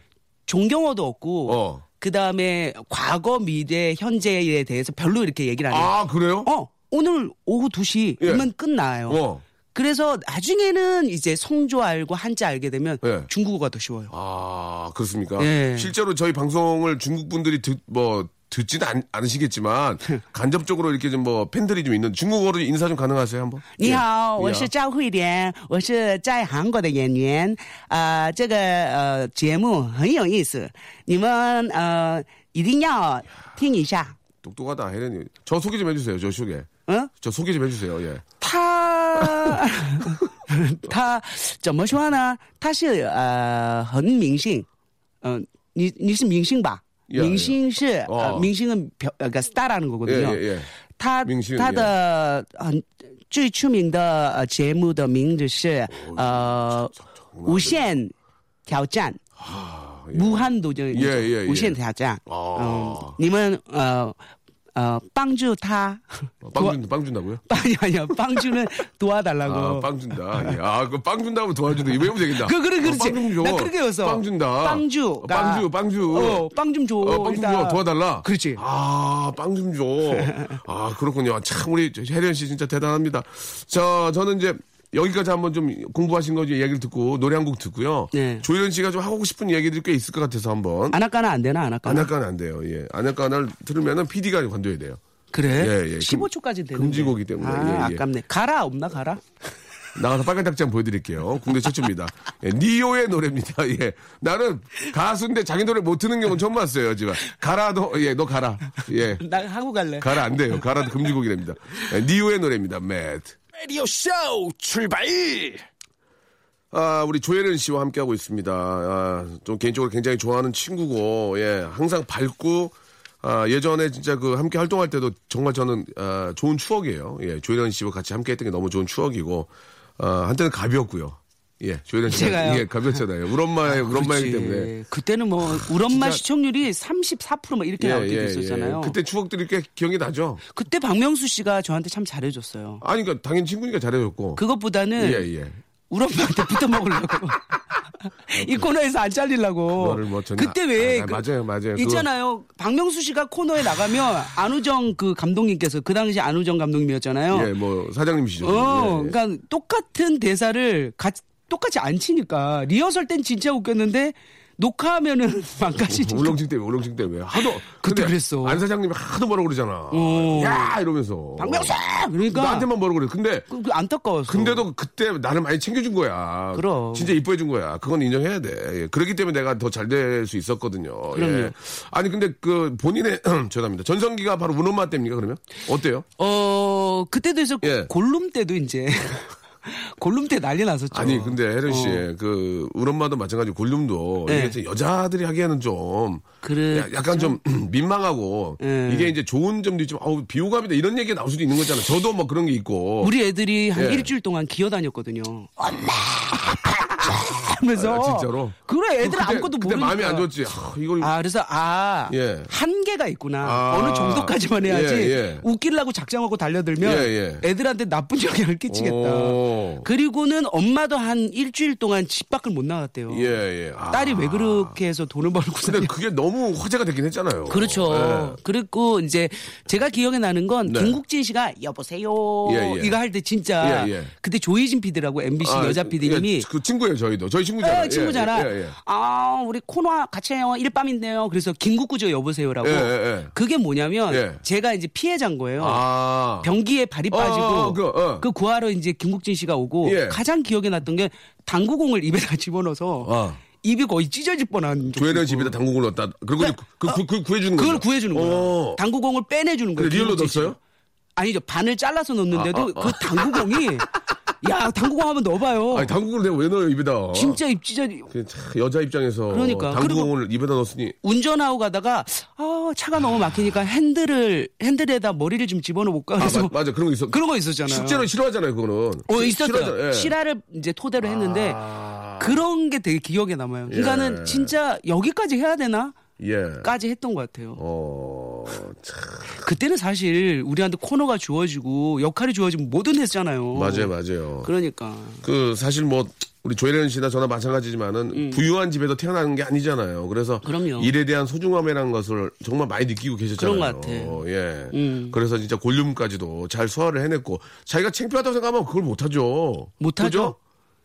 S4: 존경어도 없고
S1: 어.
S4: 그 다음에 과거, 미래, 현재에 대해서 별로 이렇게 얘기를 안 해요.
S1: 아 그래요?
S4: 어 오늘 오후 2시
S1: 예.
S4: 이면 끝나요.
S1: 어.
S4: 그래서 나중에는 이제 성조 알고 한자 알게 되면
S1: 예.
S4: 중국어가 더 쉬워요.
S1: 아, 그렇습니까?
S4: 예.
S1: 실제로 저희 방송을 중국 분들이 듣, 뭐, 듣진 않, 않으시겠지만, 간접적으로 이렇게 좀 뭐, 팬들이 좀 있는, 중국어로 인사 좀 가능하세요, 한번? 예.
S4: 你好，
S1: 你
S4: 我是赵慧莲，我是在韩国的演员。 아, 어, 啊、这个呃节目很有意思， 어, 你们呃一定要听一下。
S1: 똑똑하다, 혜련이. 저 소개 좀 해주세요, 저 소개.
S4: 응？
S1: 저 소개 좀 해주세요, 예.
S4: 他他怎么说呢？他是呃很明星，嗯、你你是明星吧？
S1: 예,
S4: 明星是、
S1: 哦
S4: 呃、明星跟表呃个 star라는
S1: 예,
S4: 거거든요。
S1: 예, 예.
S4: 他
S1: 明星
S4: 他
S1: 예.
S4: 的很最出名的呃节目的名字是呃无限挑战，
S1: 예.
S4: 武汉都就
S1: 耶耶耶
S4: 无限挑战。
S1: 哦
S4: 嗯，你们呃呃帮助他，
S1: 빵 준다, 빵 준다고요?
S4: 帮아니야帮助는도와달라고
S1: 아, 빵 준다. 예. 아, 그 빵 준다 하면 도와준다. 이거 외우면 되겠다.
S4: 그 그래
S1: 어,
S4: 그렇지.
S1: 빵좀 줘.
S4: 나 그렇게 외웠어.
S1: 빵 준다.
S4: 빵주.
S1: 어, 빵주, 빵주.
S4: 어, 빵 좀 줘.
S1: 어, 빵좀
S4: 일단.
S1: 줘. 도와달라.
S4: 그렇지.
S1: 아, 빵 좀 줘. 아, 그렇군요. 참, 우리 혜련 씨 진짜 대단합니다. 자, 저는 이제 여기까지 한번 좀 공부하신 거지 얘기를 듣고 노래 한 곡 듣고요.
S4: 네.
S1: 조혜련 씨가 좀 하고 싶은 얘기들이 꽤 있을 것 같아서 한번.
S4: 아나까나 안 되나 아나까나?
S1: 안할까는 안 돼요. 예. 안할까는 들으면은 PD가 관둬야 돼요.
S4: 그래.
S1: 예, 예.
S4: 15초까지 되는.
S1: 금지곡이기 때문에.
S4: 아,
S1: 예, 예.
S4: 아깝네. 가라 없나 가라?
S1: 나가서 빨간 닭지 한번 보여드릴게요. 국내 최초입니다. 예, 니오의 노래입니다. 예. 나는 가수인데 자기 노래 못 듣는 경우는 처음 봤어요. 지금. 가라, 너, 예, 너 가라. 예.
S4: 나 하고 갈래.
S1: 가라 안 돼요. 가라도 금지곡이 됩니다. 예, 니오의 노래입니다. 매드.
S3: Radio Show 출발!
S1: 아, 우리 조혜련 씨와 함께하고 있습니다. 아, 좀 개인적으로 굉장히 좋아하는 친구고, 예, 항상 밝고, 아, 예전에 진짜 그 함께 활동할 때도 정말 저는, 아, 좋은 추억이에요. 예, 조혜련 씨와 같이 함께 했던 게 너무 좋은 추억이고, 아, 한때는 가비였고요. 예, 조혜련 씨가.
S4: 제가요?
S1: 예, 가비였잖아요. 우리 엄마의, 우리 엄마이기
S4: 그렇지.
S1: 때문에. 아,
S4: 그때는 뭐 우리
S1: 진짜-
S4: 엄마
S1: 예,
S4: 시청률이 34%막 이렇게 나올 때도 있었잖아요.
S1: 그때
S4: 그때,
S1: 추억들이 꽤 기억이 나죠?
S4: 박명수 씨가 저한테 참 잘해줬어요.
S1: 아니, 그러니까 당연히 친구니까 잘해줬고.
S4: 그것보다는
S1: 예, 예.
S4: 우리 엄마한테 붙어먹으려고. 이 코너에서 안 잘리려고.
S1: 너를 뭐 전혀
S4: 그때 왜.
S1: 아, 아,
S4: 그-
S1: 맞아요, 맞아요. 그거-
S4: 있잖아요. 박명수 씨가 코너에 나가면 안우정 그 감독님께서 그 당시 안우정 감독님이었잖아요.
S1: 예, 뭐, 사장님이시죠.
S4: 어,
S1: 예, 예.
S4: 그러니까 똑같은 대사를 같이 똑같이 안 치니까 리허설 땐 진짜 웃겼는데 녹화하면은 망가지니까.
S1: 울렁증 때문에 울렁증 때문에 하도
S4: 그때
S1: 근데
S4: 그랬어.
S1: 안 사장님이 하도 뭐라 그러잖아.
S4: 어.
S1: 야 이러면서
S4: 박명수! 그러니까
S1: 나한테만 뭐라 그래. 근데
S4: 그, 그 안타까웠어.
S1: 근데도 그때 나를 많이 챙겨준 거야.
S4: 그럼.
S1: 진짜 이뻐해 준 거야. 그건 인정해야 돼. 예. 그렇기 때문에 내가 더 잘 될 수 있었거든요. 예.
S4: 그럼요.
S1: 아니 근데 그 본인의 죄송합니다. 전성기가 바로 문엄마 때입니까 그러면? 어때요?
S4: 어 그때도 해서
S1: 예.
S4: 골룸 때도 이제 골룸 때 난리 났었죠.
S1: 아니 근데 혜련 씨,
S4: 어,
S1: 그 우엄마도 마찬가지 고 골룸도
S4: 네.
S1: 이게 좀 여자들이 하기에는 좀
S4: 그래.
S1: 야- 약간 좀 민망하고
S4: 네.
S1: 이게 이제 좋은 점도 있지만 어우 비호감이다 이런 얘기 가 나올 수도 있는 거잖아. 저도 뭐 그런 게 있고.
S4: 우리 애들이 한
S1: 예.
S4: 일주일 동안 기어 다녔거든요. 엄마 하면서
S1: 아, 진짜로?
S4: 그래 애들
S1: 그때-
S4: 아무것도
S1: 그때
S4: 모르니까.
S1: 마음이 안 좋지. 아, 이걸
S4: 아 그래서 아
S1: 예.
S4: 한계가 있구나
S1: 아.
S4: 어느 정도까지만 해야지
S1: 예, 예.
S4: 웃기려고 작정하고 달려들면
S1: 예, 예.
S4: 애들한테 나쁜 영향을 끼치겠다.
S1: 오.
S4: 그리고는 엄마도 한 일주일 동안 집 밖을 못 나갔대요.
S1: 예, 예. 아.
S4: 딸이 왜 그렇게 해서 돈을 벌고
S1: 근데
S4: 사냐.
S1: 그게 너무 화제가 되긴 했잖아요.
S4: 그렇죠. 그리고 이제 제가 기억에 나는 건
S1: 네.
S4: 김국진 씨가 여보세요
S1: 예, 예.
S4: 이거 할 때 진짜
S1: 예, 예.
S4: 그때 조이진 PD라고 MBC
S1: 아,
S4: 여자 PD님이
S1: 예, 그 친구예요, 저희도. 저희 친구잖아요.
S4: 어, 친구잖아.
S1: 예, 예, 예.
S4: 아, 우리 코너 같이 해요. 일밤인데요. 그래서 김국구조 여보세요라고.
S1: 예, 예, 예.
S4: 그게 뭐냐면
S1: 예.
S4: 제가 이제 피해자인 거예요.
S1: 아.
S4: 변기에 발이
S1: 어,
S4: 빠지고
S1: 어,
S4: 그,
S1: 그거, 어.
S4: 구하러 이제 김국진 씨가 오고
S1: 예.
S4: 가장 기억에 났던 게 당구공을 입에다 집어넣어서
S1: 아.
S4: 입이 거의 찢어질 뻔한 적도
S1: 조혜련
S4: 있고.
S1: 집에다 당국을 넣었다. 그리고 이제 그, 그, 그 구해주는 거예요.
S4: 네. 그걸 구해주는 거예요. 당구공을 빼내주는 거예요.
S1: 근데 리얼로
S4: 김국진 씨가.
S1: 넣었어요?
S4: 아니죠. 반을 잘라서 넣는데도
S1: 아, 아,
S4: 그 당구공이 야 당구공 한번 넣어봐요.
S1: 아니, 당국을 내가 왜 넣어요, 입에다.
S4: 진짜 입 찢어
S1: 그게 참 여자 입장에서
S4: 그러니까.
S1: 당구공을 입에다 넣었으니
S4: 운전하고 가다가 아 차가 너무 막히니까 핸들을 핸들에다 머리를 좀 집어넣어볼까
S1: 아,
S4: 그래서
S1: 맞- 맞아 그런 거 있어
S4: 그런 거 있었잖아요.
S1: 네. 실제로 싫어하잖아요 그거는
S4: 어
S1: 시-
S4: 있었어요.
S1: 싫어하잖아요. 예. 아.
S4: 실화를 이제 토대로 했는데 그런 게 되게 기억에 남아요. 그러니까는
S1: 예.
S4: 진짜 여기까지 해야 되나?
S1: 예.
S4: 까지 했던 것 같아요.
S1: 어
S4: 그때는 사실 우리한테 코너가 주어지고 역할이 주어지면 뭐든 했잖아요.
S1: 맞아요, 맞아요.
S4: 그러니까
S1: 그 사실 뭐 우리 조혜련 씨나 저나 마찬가지지만은 부유한 집에서 태어나는 게 아니잖아요. 그래서
S4: 음. 그럼요.
S1: 일에 대한 소중함이라는 것을 정말 많이 느끼고 계셨잖아요.
S4: 그런 것 같아.
S1: 예.
S4: 음.
S1: 그래서 진짜 골룸까지도 잘 소화를 해냈고 자기가 창피하다고 생각하면 그걸 못하죠.
S4: 못하죠.
S1: 그죠?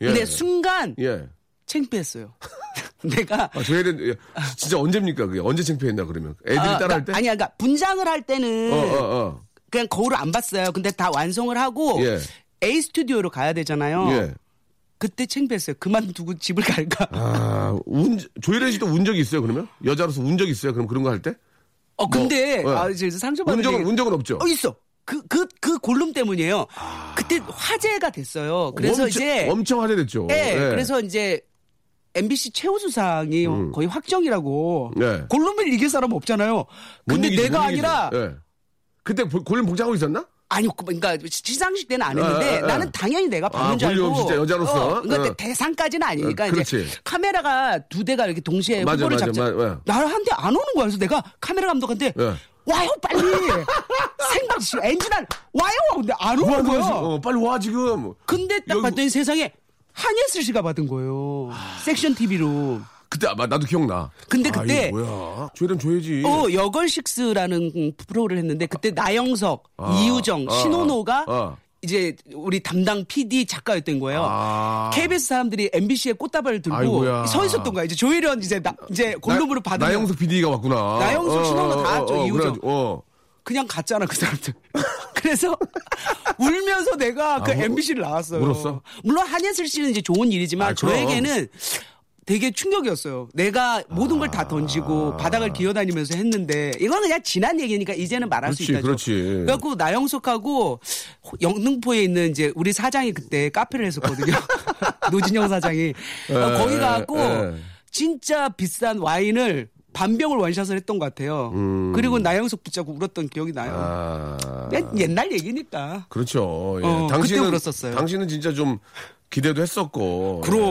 S1: 예.
S4: 근데 순간
S1: 예.
S4: 창피했어요. 내가
S1: 아, 조혜련 예. 진짜 언제입니까 그게 언제 창피했나 그러면 애들이
S4: 아,
S1: 따라할
S4: 그러니까-
S1: 때?
S4: 아니, 그러니까 분장을 할 때는
S1: 어, 어, 어.
S4: 그냥 거울을 안 봤어요. 근데 다 완성을 하고
S1: 예.
S4: A 스튜디오로 가야 되잖아요.
S1: 예.
S4: 그때 창피했어요. 그만두고 집을 갈까.
S1: 아, 운 조혜련 씨도 운 적이 있어요 그러면? 여자로서 운 적이 있어요 그럼 그런 거 할 때?
S4: 어 근데
S1: 뭐, 예.
S4: 아 이제 상처받는
S1: 운 적은
S4: 얘기-
S1: 운 적은 없죠.
S4: 어 있어. 그 그 그 골룸 때문이에요. 그때 화제가 됐어요. 그래서
S1: 아. 엄청,
S4: 이제
S1: 엄청 화제됐죠.
S4: 예,
S1: 예.
S4: 그래서 이제 MBC 최우수상이 거의 확정이라고.
S1: 음. 예.
S4: 골룸을 이길 사람 없잖아요.
S1: 못
S4: 근데
S1: 이기지,
S4: 내가
S1: 못 이기지.
S4: 아니라
S1: 예. 그때 보- 골룸 복장하고 있었나?
S4: 아니, 그, 그러니까 시상식 때는 안
S1: 아,
S4: 했는데
S1: 아, 아.
S4: 나는 당연히 내가 받는
S1: 아,
S4: 줄 알고.
S1: 물론 진짜 여자로서.
S4: 어, 그러니까
S1: 어.
S4: 대상까지는 아니니까
S1: 어,
S4: 이제
S1: 그렇지.
S4: 카메라가 두 대가 이렇게 동시에
S1: 맞아,
S4: 후보를
S1: 맞아,
S4: 잡자.
S1: 맞아.
S4: 나한테 안 오는 거야. 그래서 내가 카메라 감독한테
S1: 예.
S4: 와요 빨리 생방송 엔진한 와요 그 근데 안 오는 거야.
S1: 어, 빨리 와 지금.
S4: 근데 딱
S1: 여기- 아.
S4: 봤더니 세상에 한예슬 씨가 받은 거예요. 섹션 TV로.
S1: 그때 아마 나도 기억나.
S4: 근데
S1: 아,
S4: 그때-
S1: 이거 뭐야? 죄는 줘야지.
S4: 어, 여걸식스라는 프로를 했는데 그때 나영석,
S1: 아,
S4: 이우정,
S1: 아,
S4: 신호노가
S1: 아.
S4: 이제 우리 담당 PD 작가였던 거예요.
S1: 아.
S4: KBS 사람들이 MBC에 꽃다발을 들고
S1: 아이고야.
S4: 서 있었던 거야. 이제 조혜련 이제 나, 이제 골룸으로
S1: 나-
S4: 받은
S1: 나영석 PD가 왔구나.
S4: 나영석 신호가 다 왔죠, 이우정.
S1: 그래가지고, 어.
S4: 그냥 갔잖아 그 사람들. 그래서 울면서 내가 그
S1: 아, 울-
S4: MBC를 나왔어요.
S1: 울었어?
S4: 물론 한예슬 씨는 이제 좋은 일이지만
S1: 아, 그럼.
S4: 저에게는 되게 충격이었어요. 내가 모든 걸
S1: 아.
S4: 다 던지고 바닥을 기어다니면서 했는데 이건 그냥 지난 얘기니까 이제는 말할 수
S1: 그렇지,
S4: 있다.
S1: 그렇지.
S4: 그래갖고 나영석하고 영등포에 있는 이제 우리 사장이 그때 카페를 했었거든요. 노진영 사장이 거기 가고
S1: 예.
S4: 진짜 비싼 와인을 반병을 원샷을 했던 것 같아요. 그리고 나영석 붙잡고 울었던 기억이 나요.
S1: 음. 아.
S4: 옛- 옛날 얘기니까.
S1: 그렇죠. 예.
S4: 어, 그때
S1: 당신은
S4: 울었었어요.
S1: 당신은 진짜 좀 기대도 했었고.
S4: 그럼.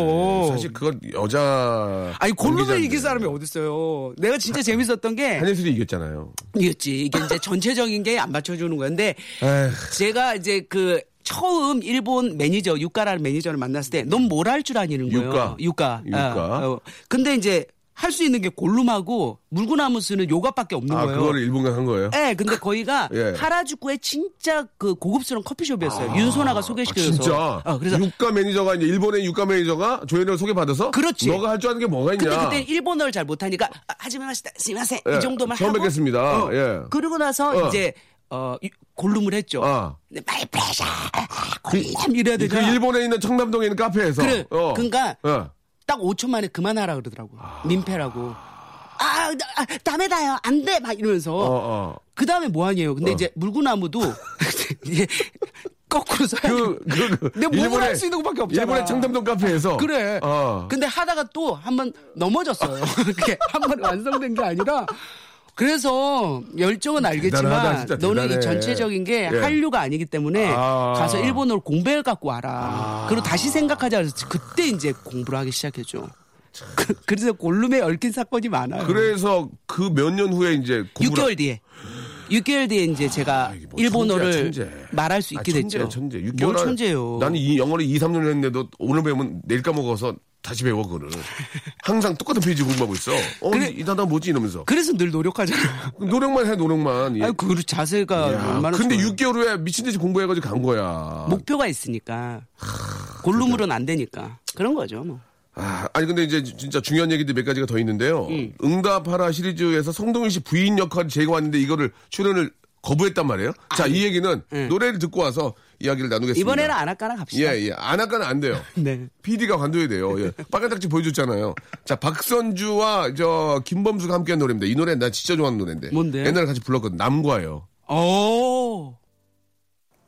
S1: 예. 사실 그건 여자
S4: 아니 골룸을
S1: 연기자인데.
S4: 이길 사람이 어딨어요. 내가 진짜 재밌었던 게
S1: 한예슬이 이겼잖아요.
S4: 이었지. 이게 이제 전체적인 게 안 맞춰주는 건데
S1: 에휴.
S4: 제가 이제 그 처음 일본 매니저 유카라는 매니저를 만났을 때 넌 뭘 할 줄 아니는 거예요.
S1: 유카.
S4: 유카.
S1: 유카.
S4: 어, 어. 근데 이제 할 수 있는 게 골룸하고 물구나무 쓰는 요가밖에 없는
S1: 아,
S4: 거예요.
S1: 그거를 일본 가한 거예요?
S4: 예, 근데 거기가
S1: 그러니까? 예. 아,
S4: 하라주쿠의 진짜 그 고급스러운 커피숍이었어요. 윤소나가 소개시켜줘서.
S1: 진짜.
S4: 어, 그래서
S1: 유가 매니저가 이제 일본의 유가 매니저가 조연을 소개받아서
S4: 그렇지.
S1: 너가 할 줄 아는 게 뭐가 있냐.
S4: 근데 그때 일본어를 잘 못하니까 아, 하지만 하시다 스마세
S1: 예,
S4: 이 정도만
S1: 처음
S4: 하고
S1: 뵙겠습니다.
S4: 어,
S1: 예.
S4: 그러고 나서
S1: 어.
S4: 이제 어 이- 골룸을 했죠.
S1: 아.
S4: 근데 마이 프레셔 골룸 이래야
S1: 그
S4: 되잖아.
S1: 일본에 있는 청담동에 있는 카페에서.
S4: 그래. 그러니까
S1: 예.
S4: 딱 5초 만에 그만하라 그러더라고. 민폐라고. 아, 나- 아 다메다요. 안 돼. 막 이러면서.
S1: 어, 어.
S4: 그 다음에 뭐 하냐요. 근데 이제 물구나무도 이게 거꾸로 서야
S1: 그, 그, 그
S4: 내가 뭘 할 수 있는 것밖에 없잖아.
S1: 일본의 청담동 카페에서.
S4: 그래.
S1: 어.
S4: 근데 하다가 또 한 번 넘어졌어요. 그게 한 번 완성된 게 아니라. 그래서 열정은
S1: 대단하다,
S4: 알겠지만
S1: 진짜
S4: 너는 이
S1: 대단해.
S4: 전체적인 게
S1: 예.
S4: 한류가 아니기 때문에
S1: 아.
S4: 가서 일본어를 공부해 갖고 와라. 그리고 다시 생각하자. 그래서 그때 이제 공부를 하기 시작했죠. 그, 그래서 골룸에 얽힌 사건이 많아요.
S1: 그래서 그 몇 년 후에 이제
S4: 육
S1: 공부를-
S4: 6개월 뒤에. 6개월 뒤에 이제 제가
S1: 이게 뭐
S4: 일본어를
S1: 천재야, 천재.
S4: 말할 수 있게
S1: 아, 천재야,
S4: 됐죠.
S1: 천재.
S4: 뭔
S1: 6개월 안에-
S4: 천재요.
S1: 나는 이 영어를 2, 3년 했는데도 오늘 배우면 내일 까먹어서 다시 배워 그거를. 항상 똑같은 페이지 공부하고 있어. 어,
S4: 그래.
S1: 이 단어 뭐지 이러면서.
S4: 그래서 늘 노력하잖아요.
S1: 노력만 해 노력만. 예.
S4: 그 아니, 그 자세가
S1: 야,
S4: 얼마나
S1: 근데
S4: 좋아요. 뭐
S1: 6개월 아. 후에 미친 듯이 공부해가지고 간 거야.
S4: 목표가 있으니까 골룸으로는 안 되니까 그런 거죠 뭐.
S1: 아, 아니 근데 이제 진짜 중요한 얘기들 몇 가지가 더 있는데요. 응답하라 시리즈에서 성동일 씨 부인 역할을 제거하는데 이거를 출연을 거부했단 말이에요. 자, 이 얘기는 노래를 듣고 와서 이야기를 나누겠습니다.
S4: 이번에는 안 할까나 갑시다.
S1: 예, 예. 안 할까는 안 돼요.
S4: 네.
S1: PD가 관둬야 돼요. 예. 빨간 딱지 보여줬잖아요. 자, 박선주와 저 김범수가 함께한 노래입니다. 이 노래 나 진짜 좋아하는 노래인데.
S4: 뭔데요?
S1: 옛날에 같이 불렀거든. 남과요.
S4: 오.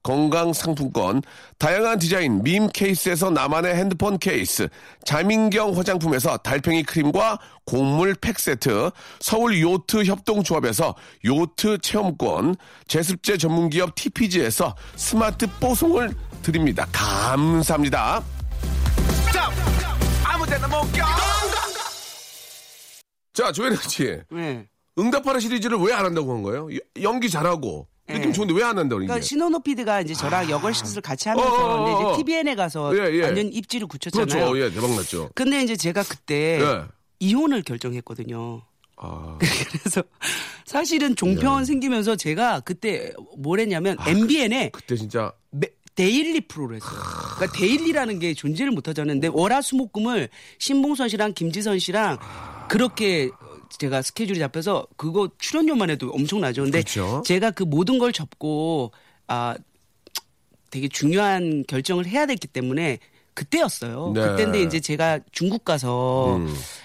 S1: 건강 상품권, 다양한 디자인 밈 케이스에서 나만의 핸드폰 케이스, 자민경 화장품에서 달팽이 크림과 곡물 팩 세트, 서울 요트 협동조합에서 요트 체험권, 제습제 전문기업 TPG에서 스마트 뽀송을 드립니다. 감사합니다. 자, 조혜련 씨.
S4: 네.
S1: 응답하라 시리즈를 왜 안 한다고 한 거예요? 여- 연기 잘하고 느낌
S4: 예.
S1: 좋은데 왜 안 한다고 이게?
S4: 그러니까 신원호 PD가 이제 저랑 여걸식스를 같이 하면서
S1: 아. 어, 어, 어, 어.
S4: 근데 이제 TVN에 가서
S1: 예, 예.
S4: 완전 입지를
S1: 그렇죠.
S4: 굳혔잖아요.
S1: 예, 대박 났죠.
S4: 근데 이제 제가 그때
S1: 예.
S4: 이혼을 결정했거든요.
S1: 아,
S4: 그래서 사실은
S1: 예.
S4: 종편 생기면서 제가 그때 뭘 했냐면 MBN에
S1: 아, 그때 진짜
S4: 데일리 프로를 했어요. 그러니까 데일리라는 게 존재를 못 하잖아요. 월화수목금을 신봉선 씨랑 김지선 씨랑
S1: 아.
S4: 그렇게 제가 스케줄이 잡혀서 그거 출연료만 해도 엄청나죠. 근데
S1: 그렇죠.
S4: 제가 그 모든 걸 접고 아 되게 중요한 결정을 해야 됐기 때문에 그때였어요.
S1: 네. 음.
S4: 그때인데 이제 제가 중국 가서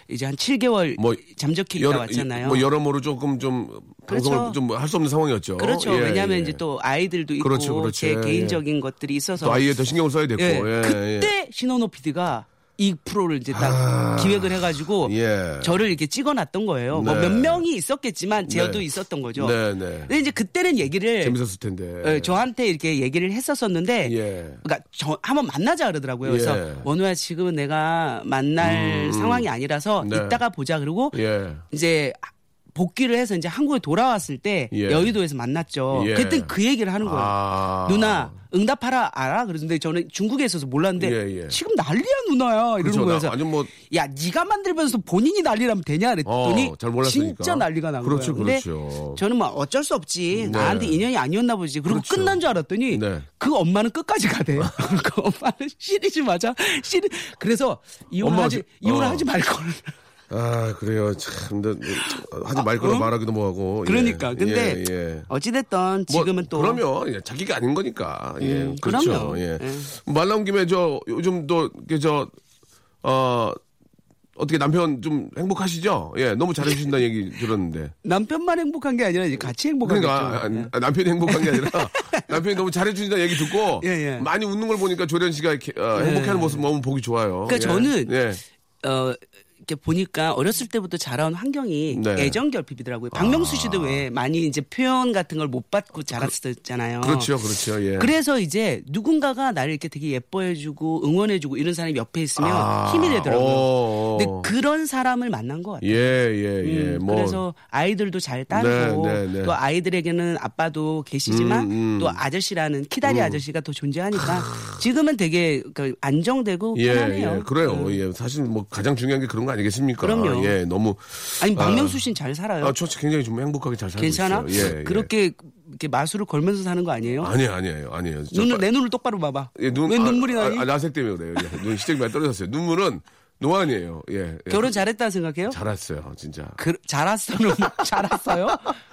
S4: 이제 한 7개월
S1: 뭐
S4: 그 잠적해 있다
S1: 여러,
S4: 왔잖아요.
S1: 뭐 여러모로 조금 좀 방송을
S4: 그렇죠.
S1: 좀 할 수 없는 상황이었죠.
S4: 그렇죠.
S1: 예,
S4: 왜냐하면
S1: 예.
S4: 이제 또 아이들도 있고
S1: 그렇죠, 그렇죠.
S4: 제
S1: 예,
S4: 개인적인 것들이 있어서
S1: 또 아이에 더 신경을 써야 됐고.
S4: 예,
S1: 예, 예. 아,
S4: 그때 신원호 PD가 이 프로를 이제 딱 기획을 해가지고
S1: 예.
S4: 저를 이렇게 찍어놨던
S1: 네.
S4: 거예요. 뭐 몇 명이 있었겠지만 제어도
S1: 네.
S4: 있었던 거죠.
S1: 네, 네.
S4: 근데 이제 그때는 얘기를
S1: 재밌었을 텐데.
S4: 예, 저한테 이렇게 얘기를 했었었는데
S1: 예.
S4: 그러니까 저 한번 만나자 그러더라고요.
S1: 예. 음.
S4: 그래서 원우야 지금은 내가 만날 상황이 아니라서
S1: 네.
S4: 이따가 보자 그러고
S1: 예.
S4: 이제 복귀를 해서 이제 한국에 돌아왔을 때
S1: 예.
S4: 여의도에서 만났죠.
S1: 예.
S4: 그때 그 얘기를 하는 거예요.
S1: 아.
S4: 누나 응답하라 알아? 그러는데 저는 중국에 있어서 몰랐는데
S1: 예, 예.
S4: 지금 난리야 누나야 이러는
S1: 그렇죠.
S4: 거예요.
S1: 나-
S4: 그래서
S1: 아주 뭐-
S4: 야 네가 만들면서 본인이 난리라면 되냐 그랬더니
S1: 어, 잘 몰랐으니까.
S4: 진짜 난리가 난
S1: 그렇죠,
S4: 거예요.
S1: 그렇죠. 네.
S4: 근데 저는 막 어쩔 수 없지 나한테 인연이 아니었나 보지. 그리고
S1: 그렇죠.
S4: 끝난 줄 알았더니
S1: 네.
S4: 그 엄마는 끝까지 가대. 그 엄마는 시리즈마자 시리 그래서 이혼하지
S1: 엄마가 지- 어.
S4: 이혼하지 말 걸.
S1: 아, 그래요. 참. 나- 하지 말거나
S4: 아, 응?
S1: 말하기도 뭐하고. 예,
S4: 그러니까 근데
S1: 예, 예.
S4: 어찌됐든
S1: 뭐,
S4: 지금은 또
S1: 그러면 예, 자기가 아닌 거니까 예
S4: 음,
S1: 그렇죠
S4: 그럼요.
S1: 예.
S4: 예.
S1: 말 나온 김에 저 요즘 또저어 어떻게 남편 좀 행복하시죠 예 너무 잘해주신다 는 얘기 들었는데
S4: 남편만 행복한 게 아니라 이제 같이 행복한
S1: 그러니까
S4: 거죠.
S1: 아,
S4: 예.
S1: 아, 남편이 행복한 게 아니라 남편이 너무 잘해주신다 는 얘기 듣고
S4: 예, 예.
S1: 많이 웃는 걸 보니까 조련 씨가 이렇게, 어, 행복해하는 모습 너무 보기 좋아요
S4: 그러니까
S1: 예.
S4: 저는
S1: 예.
S4: 어 이렇게 보니까 어렸을 때부터 자라온 환경이
S1: 네. 아.
S4: 애정 결핍이더라고요. 박명수 씨도 왜 많이 이제 표현 같은 걸 못 받고 자랐었잖아요.
S1: 그렇죠 그렇죠 예
S4: 어, 그래서 이제 누군가가 나를 이렇게 되게 예뻐해주고 응원해주고 이런 사람이 옆에 있으면
S1: 아,
S4: 힘이 되더라고요.
S1: 어, 어.
S4: 근데 그런 사람을 만난 것 같아요.
S1: 예, 예, 예.
S4: 음,
S1: 뭐.
S4: 그래서 아이들도 잘 따르고
S1: 네, 음, 네, 네.
S4: 또 아이들에게는 아빠도 계시지만 또 아저씨라는 키다리
S1: 음.
S4: 아저씨가 더 존재하니까 지금은 되게 그 안정되고
S1: 예,
S4: 편안해요. 음.
S1: 예, 그래요. 예, 사실 뭐 가장 중요한 게 그런 거 아니겠습니까?
S4: 그럼요.
S1: 예, 너무
S4: 아니 박명수 씨는 잘 살아요.
S1: 아, 저 굉장히 좀 행복하게 잘 살고
S4: 괜찮아?
S1: 있어요. 예, 예.
S4: 그렇게 이렇게 마술을 걸면서 사는 거 아니에요?
S1: 아니에요, 아니에요, 아니에요. 저
S4: 눈을
S1: 빠-
S4: 내 눈을 똑바로 봐봐.
S1: 예, 눈-
S4: 왜
S1: 아,
S4: 눈물이 나니?
S1: 아, 아, 라섹 때문에 그래요. 예, 눈 시력이 많이 떨어졌어요. 눈물은 노안이에요. 예, 예.
S4: 결혼 잘했다 생각해요?
S1: 자랐어요, 진짜.
S4: 그, 자랐어요. 자랐어요?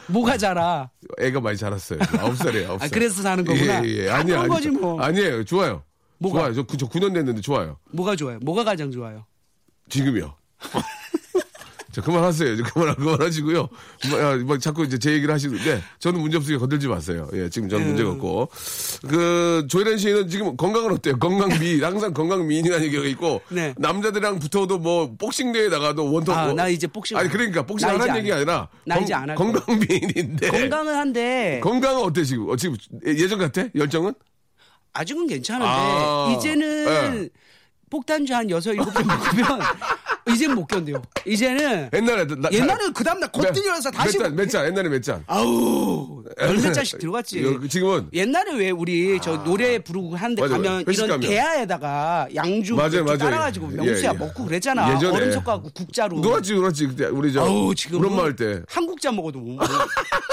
S4: 뭐가 자라?
S1: 애가 많이 자랐어요. 아홉 살이에요, 아홉
S4: 아,
S1: 살.
S4: 그래서 사는 거구나.
S1: 예, 예,
S4: 다
S1: 아니에요,
S4: 그런
S1: 아니에요.
S4: 거지, 뭐.
S1: 아니에요, 좋아요.
S4: 뭐가?
S1: 좋아요. 저, 그- 저 9년 됐는데 좋아요.
S4: 뭐가 좋아요? 뭐가 가장 좋아요?
S1: 지금이요. 자, 그만하세요. 이제 그만, 그만하시고요. 뭐, 야, 막 자꾸 이제 제 얘기를 하시는데, 네, 저는 문제 없으니까 건들지 마세요. 예, 지금 저는
S4: 음.
S1: 문제가 없고. 그, 조혜련 씨는 지금 건강은 어때요? 건강 미인. 항상 건강 미인이라는 얘기가 있고,
S4: 네.
S1: 남자들이랑 붙어도 뭐, 복싱대회 나가도 원톱.
S4: 아,
S1: 뭐-
S4: 나 이제 복싱
S1: 아니,
S4: 안-
S1: 그러니까, 복싱
S4: 나 이제
S1: 하는
S4: 안
S1: 얘기
S4: 해.
S1: 아니라,
S4: 나 이제 안 할 거야.
S1: 건강 미인인데.
S4: 건강은 한데
S1: 예. 건강은 어때, 지금? 어, 지금 예전 같아? 열정은?
S4: 아직은 괜찮은데
S1: 아,
S4: 이제는
S1: 예.
S4: 폭탄주 한 여섯 일곱 개 먹으면 이젠 못 견뎌요. 이제는
S1: 옛날에. 나-
S4: 옛날에 그 다음날
S1: 몇-
S4: 코트뉴에서 다시
S1: 네. 몇 잔, 몇 잔, 옛날에 몇 잔.
S4: 아우 열몇 잔씩 들어갔지.
S1: 여- 지금은?
S4: 옛날에 왜 우리 저 노래 부르고 하는데
S1: 맞아,
S4: 가면
S1: 맞아. 회식
S4: 이런
S1: 가면.
S4: 대야에다가 양주
S1: 맞아요,
S4: 이렇게
S1: 맞아요.
S4: 따라가지고
S1: 예,
S4: 명수야
S1: 예.
S4: 먹고 그랬잖아.
S1: 예전에.
S4: 얼음 섞어갖고 국자로.
S1: 놀았지, 놀았지. 그때 우리 저.
S4: 아우 지금
S1: 우리 엄마 할 때.
S4: 한국자 먹어도 못 먹어.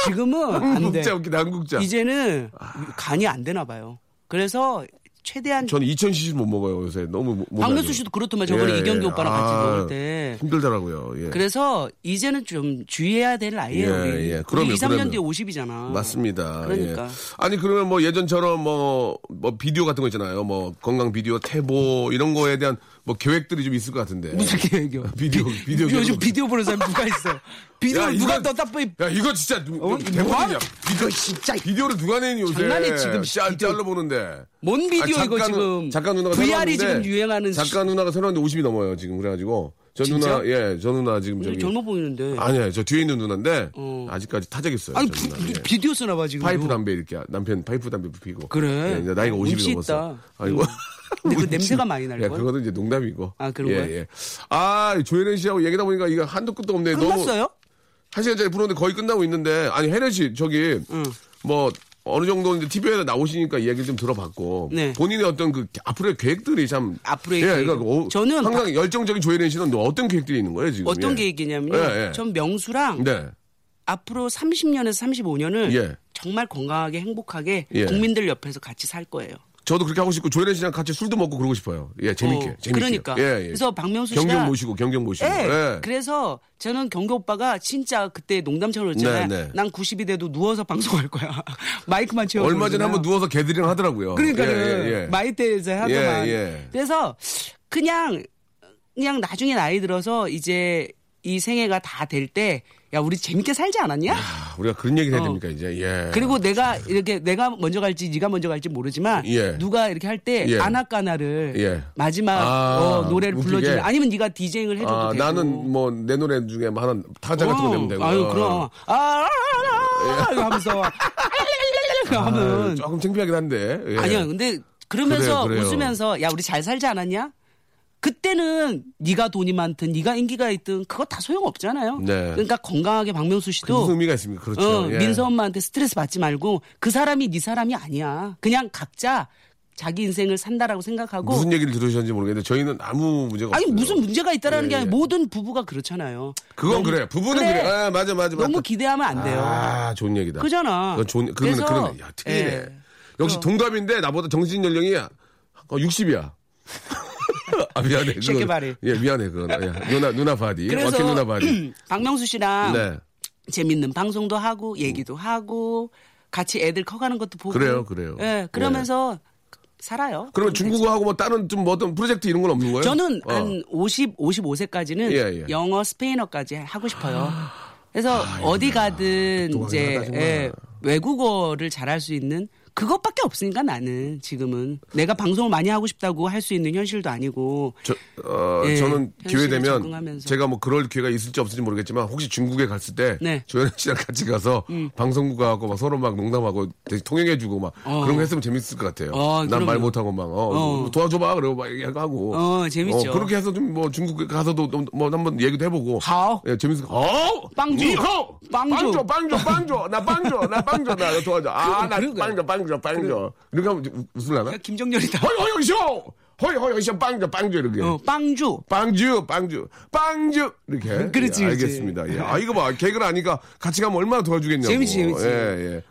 S4: 지금은 안 돼.
S1: 한국자 웃기다, 한국자.
S4: 이제는 간이 안 되나 봐요. 그래서 최대한
S1: 저는 2000cc 못 먹어요 요새 너무 못- 못
S4: 박명수
S1: 가지고.
S4: 씨도 그렇더만 저번에
S1: 예,
S4: 이경규
S1: 예.
S4: 오빠랑 같이
S1: 아,
S4: 먹을 때.
S1: 힘들더라고요. 예.
S4: 그래서 이제는 좀 주의해야 될 나이예요.
S1: 예,
S4: 우리.
S1: 예. 그럼요,
S4: 2,
S1: 그럼요.
S4: 3년 뒤에 50이잖아.
S1: 맞습니다.
S4: 그러니까.
S1: 예. 아니 그러면 뭐 예전처럼 뭐, 뭐 비디오 같은 거 있잖아요. 뭐 건강 비디오 태보 이런 거에 대한 뭐 계획들이 좀 있을 것 같은데.
S4: 무슨 계획이요?
S1: 비디오 비디오
S4: 요즘
S1: 계획으로.
S4: 비디오 보는 사람 누가 있어? 비디오
S1: 야,
S4: 를 누가
S1: 이건-
S4: 떴다 빼?
S1: 야 이거 진짜 누,
S4: 어?
S1: 대박이야.
S4: 뭐야?
S1: 이거 진짜 비디오를 누가 내니 요새?
S4: 장난이 지금
S1: 짤
S4: 비디오-
S1: 잘라 보는데.
S4: 뭔 비디오 이거 지금?
S1: 작가 아, 누나가
S4: VR이
S1: 새로 왔는데
S4: 지금 유행하는
S1: 작가 누나가 새로 왔는데 50이 넘어요 지금 그래가지고 저
S4: 진짜?
S1: 누나 예저 누나 지금 저기
S4: 젊어 보이는데.
S1: 아니에요 저 뒤에 있는 누나인데
S4: 어.
S1: 아직까지 타적 있어요.
S4: 아니
S1: 저
S4: 부-
S1: 누나.
S4: 부-
S1: 예.
S4: 비디오 쓰나 봐 지금.
S1: 파이프 담배 이렇게 남편 파이프 담배 피고
S4: 그래.
S1: 예, 이제 나이가 50이
S4: 운치
S1: 넘었어
S4: 있다.
S1: 아이고
S4: 근데 그
S1: 운치.
S4: 냄새가 많이 날
S1: 야,
S4: 걸?
S1: 예, 그거는 이제 농담이고
S4: 아, 그런
S1: 예,
S4: 거야?
S1: 예. 아 조혜련 씨하고 얘기다 보니까 이거 한도 끝도 없네 너무
S4: 끝났어요?
S1: 한 시간짜리 프로인데 거의 끝나고 있는데 아니 혜련 씨 저기 뭐 어느 정도 이제 TV에 나오시니까 이야기 좀 들어봤고
S4: 네.
S1: 본인의 어떤 그 앞으로의 계획들이 참
S4: 앞으로의
S1: 예,
S4: 계획.
S1: 그러니까 어,
S4: 저는 아-
S1: 항상 열정적인 조혜련 씨는 어떤 계획들이 있는 거예요 지금
S4: 어떤
S1: 예.
S4: 계획이냐면요.
S1: 예, 예.
S4: 전 명수랑
S1: 네
S4: 앞으로 30년에서 35년을
S1: 예.
S4: 정말 건강하게 행복하게
S1: 예.
S4: 국민들 옆에서 같이 살 거예요.
S1: 저도 그렇게 하고 싶고 조혜련 씨랑 같이 술도 먹고 그러고 싶어요 예 재밌게
S4: 어,
S1: 재밌게
S4: 그러니까.
S1: 예, 예.
S4: 그래서 박명수 씨가
S1: 경경 모시고 경경 모시고
S4: 예.
S1: 예.
S4: 그래서 저는 경교 오빠가 진짜 그때 농담처럼 했잖아요.
S1: 네, 네.
S4: 난 90이 돼도 누워서 방송할 거야. 마이크만 채워.
S1: 얼마 전에 한번 누워서 개들이랑 하더라고요.
S4: 그러니까는
S1: 예, 예, 예.
S4: 마이대에서 하더만.
S1: 예, 예.
S4: 그래서 그냥 그냥 나중에 나이 들어서 이제 이 생애가 다 될 때 야 우리 재밌게 살지 않았냐?
S1: 아, 우리가 그런 얘기를 해야
S4: 어.
S1: 됩니까 이제? 예.
S4: 그리고 내가 이렇게 내가 먼저 갈지 네가 먼저 갈지 모르지만
S1: 예.
S4: 누가 이렇게 할 때
S1: 예.
S4: 아나까나를
S1: 예.
S4: 마지막
S1: 아,
S4: 어, 노래를
S1: 웃기게.
S4: 불러주면 아니면 네가 디제잉을 해줘도
S1: 아,
S4: 되고 어,
S1: 나는 뭐 내 노래 중에 뭐 하나 타자 같은 거 내면 되고. 어. 예.
S4: 아유 그럼 아, 아, 아, 아 이거 하면서 아,
S1: 아,
S4: 하면
S1: 조금 창피하긴 한데. 예.
S4: 아니야 근데 그러면서
S1: 그래요, 그래요.
S4: 웃으면서 야 우리 잘 살지 않았냐? 그때는 네가 돈이 많든 네가 인기가 있든 그거 다 소용 없잖아요.
S1: 네.
S4: 그러니까 건강하게 박명수
S1: 그게 무슨
S4: 씨도
S1: 의미가 있습니까? 그렇죠.
S4: 어,
S1: 예.
S4: 민서 엄마한테 스트레스 받지 말고 그 사람이 네 사람이 아니야. 그냥 각자 자기 인생을 산다라고 생각하고
S1: 무슨 얘기를 들으셨는지 모르겠는데 저희는 아무 문제가
S4: 아니
S1: 없어요.
S4: 무슨 문제가 있다라는
S1: 예,
S4: 게 아니라
S1: 예.
S4: 모든 부부가 그렇잖아요.
S1: 그건
S4: 너무-
S1: 그래. 부부는 그래. 아, 맞아, 맞아, 맞아.
S4: 너무 기대하면 안 돼요.
S1: 아, 좋은 얘기다.
S4: 그잖아.
S1: 그건 좋은, 그러네,
S4: 그래서-
S1: 그러네. 야, 틀리네.
S4: 예.
S1: 역시 동갑인데 나보다 정신 연령이 60이야. 아, 미안해. 그건-
S4: 쉐이크 바디.
S1: 예, 미안해, 그건. 예, 누나, 누나 바디.
S4: 그래서 아,
S1: 어깨 누나 바디.
S4: 음, 박명수 씨랑
S1: 네.
S4: 재밌는 방송도 하고 얘기도 하고 같이 애들 커가는 것도 보고
S1: 그래요, 그래요.
S4: 예, 그러면서 살아요.
S1: 그러면 중국어하고 뭐 다른 좀 뭐 어떤 프로젝트 이런 건 없는 거예요?
S4: 저는
S1: 어.
S4: 한 50, 55세까지는
S1: 예, 아, 예.
S4: 영어, 스페인어까지 하고 싶어요. 그래서 어디 가든
S1: 똑똑하긴 하다,
S4: 이제
S1: 정말.
S4: 예, 외국어를 잘할 수 있는 그것밖에 없으니까 나는 지금은 내가 방송을 많이 하고 싶다고 할 수 있는 현실도 아니고
S1: 저, 어,
S4: 예,
S1: 저는 기회
S4: 현실에
S1: 되면
S4: 적응하면서.
S1: 제가 뭐 그럴 기회가 있을지 없을지 모르겠지만 혹시 중국에 갔을 때
S4: 네. 음.
S1: 조현아 씨랑 같이 가서 방송국 가고 막 서로 막 농담하고 되게 통역해주고 막
S4: 어.
S1: 그런 거 했으면 재밌을 것 같아요.
S4: 어,
S1: 난 말
S4: 그럼요.
S1: 못하고 막 어,
S4: 어.
S1: 도와줘봐 그러고 막 얘기하고
S4: 어, 재밌죠.
S1: 그렇게 해서 좀 뭐 중국 가서도 좀 뭐 한번 얘기도 해보고.
S4: 하오.
S1: 예, 재밌을 것 같아요. 어!
S4: 어. 빵주.
S1: 니하오!
S4: 빵주.
S1: 빵주! 빵주! 빵주! 나 빵주! 나 빵주! 나 도와줘. 아, 나
S4: 그러니까.
S1: 빵주! 빵주! 빵주! 이렇게 하면 웃- 웃을라나?
S4: 그러니까 김정렬이다.
S1: 허이 허이 쇼! 허이 허이 쇼! 빵주! 빵주! 이렇게.
S4: 어, 빵주
S1: 빵주, 빵주, 빵주 이렇게.
S4: 음, 그렇지,
S1: 예,
S4: 그렇지.
S1: 알겠습니다. 예. 아 이거 봐 개그를 아니까 같이 가면 얼마나 도와주겠냐고.
S4: 재밌지, 재밌지.
S1: 예,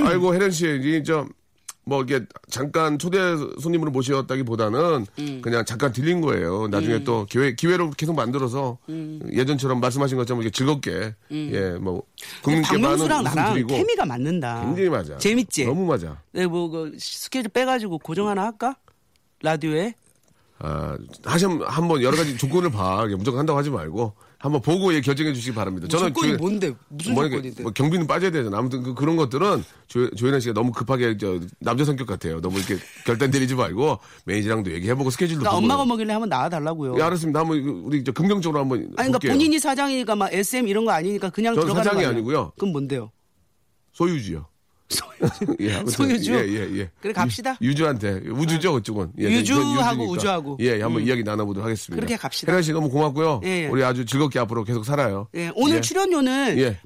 S1: 예. 아이고 혜련 씨, 이제 좀뭐 이게 잠깐 초대 손님으로 모셨다기보다는
S4: 음.
S1: 그냥 잠깐 들린 거예요. 나중에 또 기회 기회로 계속 만들어서
S4: 음.
S1: 예전처럼 말씀하신 것처럼 이렇게 즐겁게 예 뭐 국민께 많은
S4: 박명수랑
S1: 웃음
S4: 나랑
S1: 드리고
S4: 케미가 맞는다.
S1: 굉장히 맞아.
S4: 재밌지.
S1: 너무 맞아.
S4: 네, 뭐그 스케줄 빼가지고 고정 하나 할까? 라디오에
S1: 아, 다시 한- 한번 여러 가지 조건을 봐. 이게 무조건 한다고 하지 말고 한번 보고 예, 결정해 주시기 바랍니다. 그
S4: 조건이
S1: 주에-
S4: 뭔데? 무슨
S1: 뭐냐,
S4: 조건인데?
S1: 뭐 경비는 빠져야 되잖아. 아무튼 그, 런 것들은 조, 조연아 씨가 너무 급하게 저, 남자 성격 같아요. 너무 이렇게 결단 때리지 말고 매니저랑도 얘기해보고 스케줄도
S4: 그러니까
S1: 보고.
S4: 엄마가 먹일래 한번 나와달라고요.
S1: 예, 알았습니다. 한번 이거 우리 저 긍정적으로 한번
S4: 아니 그러니까
S1: 볼게요.
S4: 본인이 사장이니까 막 SM 이런 거 아니니까 그냥
S1: 저는
S4: 들어가는
S1: 사장이
S4: 거 아니야?
S1: 아니고요.
S4: 그럼 뭔데요?
S1: 소유주요. 예, 아무튼,
S4: 소유주?
S1: 예, 예, 예.
S4: 그래, 갑시다. 아,
S1: 유, 주한테 우주죠, 어쩌건. 예,
S4: 유주하고
S1: 이건 유주니까.
S4: 우주하고. 음.
S1: 예, 한번 이야기 나눠보도록 하겠습니다.
S4: 그렇게 갑시다.
S1: 혜란 씨 너무 고맙고요.
S4: 예, 예.
S1: 우리 아주 즐겁게 앞으로 계속 살아요.
S4: 예, 오늘
S1: 예.
S4: 출연료는
S1: 예.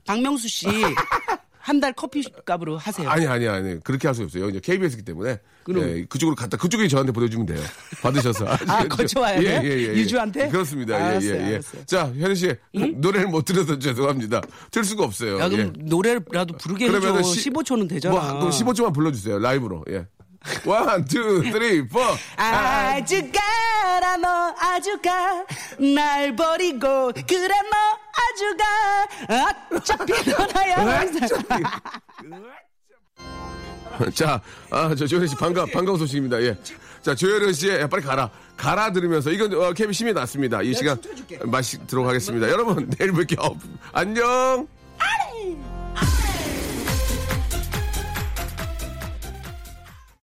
S4: 박명수 씨. 한 달 커피 값으로 하세요.
S1: 아니 아니 아니 그렇게 할 수 없어요. 이제 KBS이기 때문에
S4: 그럼.
S1: 예, 그쪽으로 갔다 그쪽에 저한테 보내주면 돼요. 받으셔서 아시겠죠? 예,
S4: 거쳐와야 돼요? 유주한테?
S1: 그렇습니다.
S4: 알았어요,
S1: 예, 예, 예.
S4: 알았어요. 예?
S1: 자 현우 씨 노래를 못 들어서 죄송합니다. 틀 수가 없어요.
S4: 야, 그럼
S1: 예.
S4: 노래라도 부르게 해줘.
S1: 시-
S4: 15초는 되잖아.
S1: 뭐, 그럼 15초만 불러주세요 라이브로. 예. 원, 투, 쓰리, 포.
S4: 아주가라 너 아주가 날 버리고 그래 너 아주가 어차피 너나야 항상
S1: 자, 아, 저 조혜련 씨 반가, 반가운 소식입니다. 예. 자, 조혜련 씨의 야, 빨리 가라. 가라 들으면서 이건 어, 케빈 심이 났습니다. 이 시간 맛이 들어가겠습니다. 여러분, 내일 뵐게요. 안녕!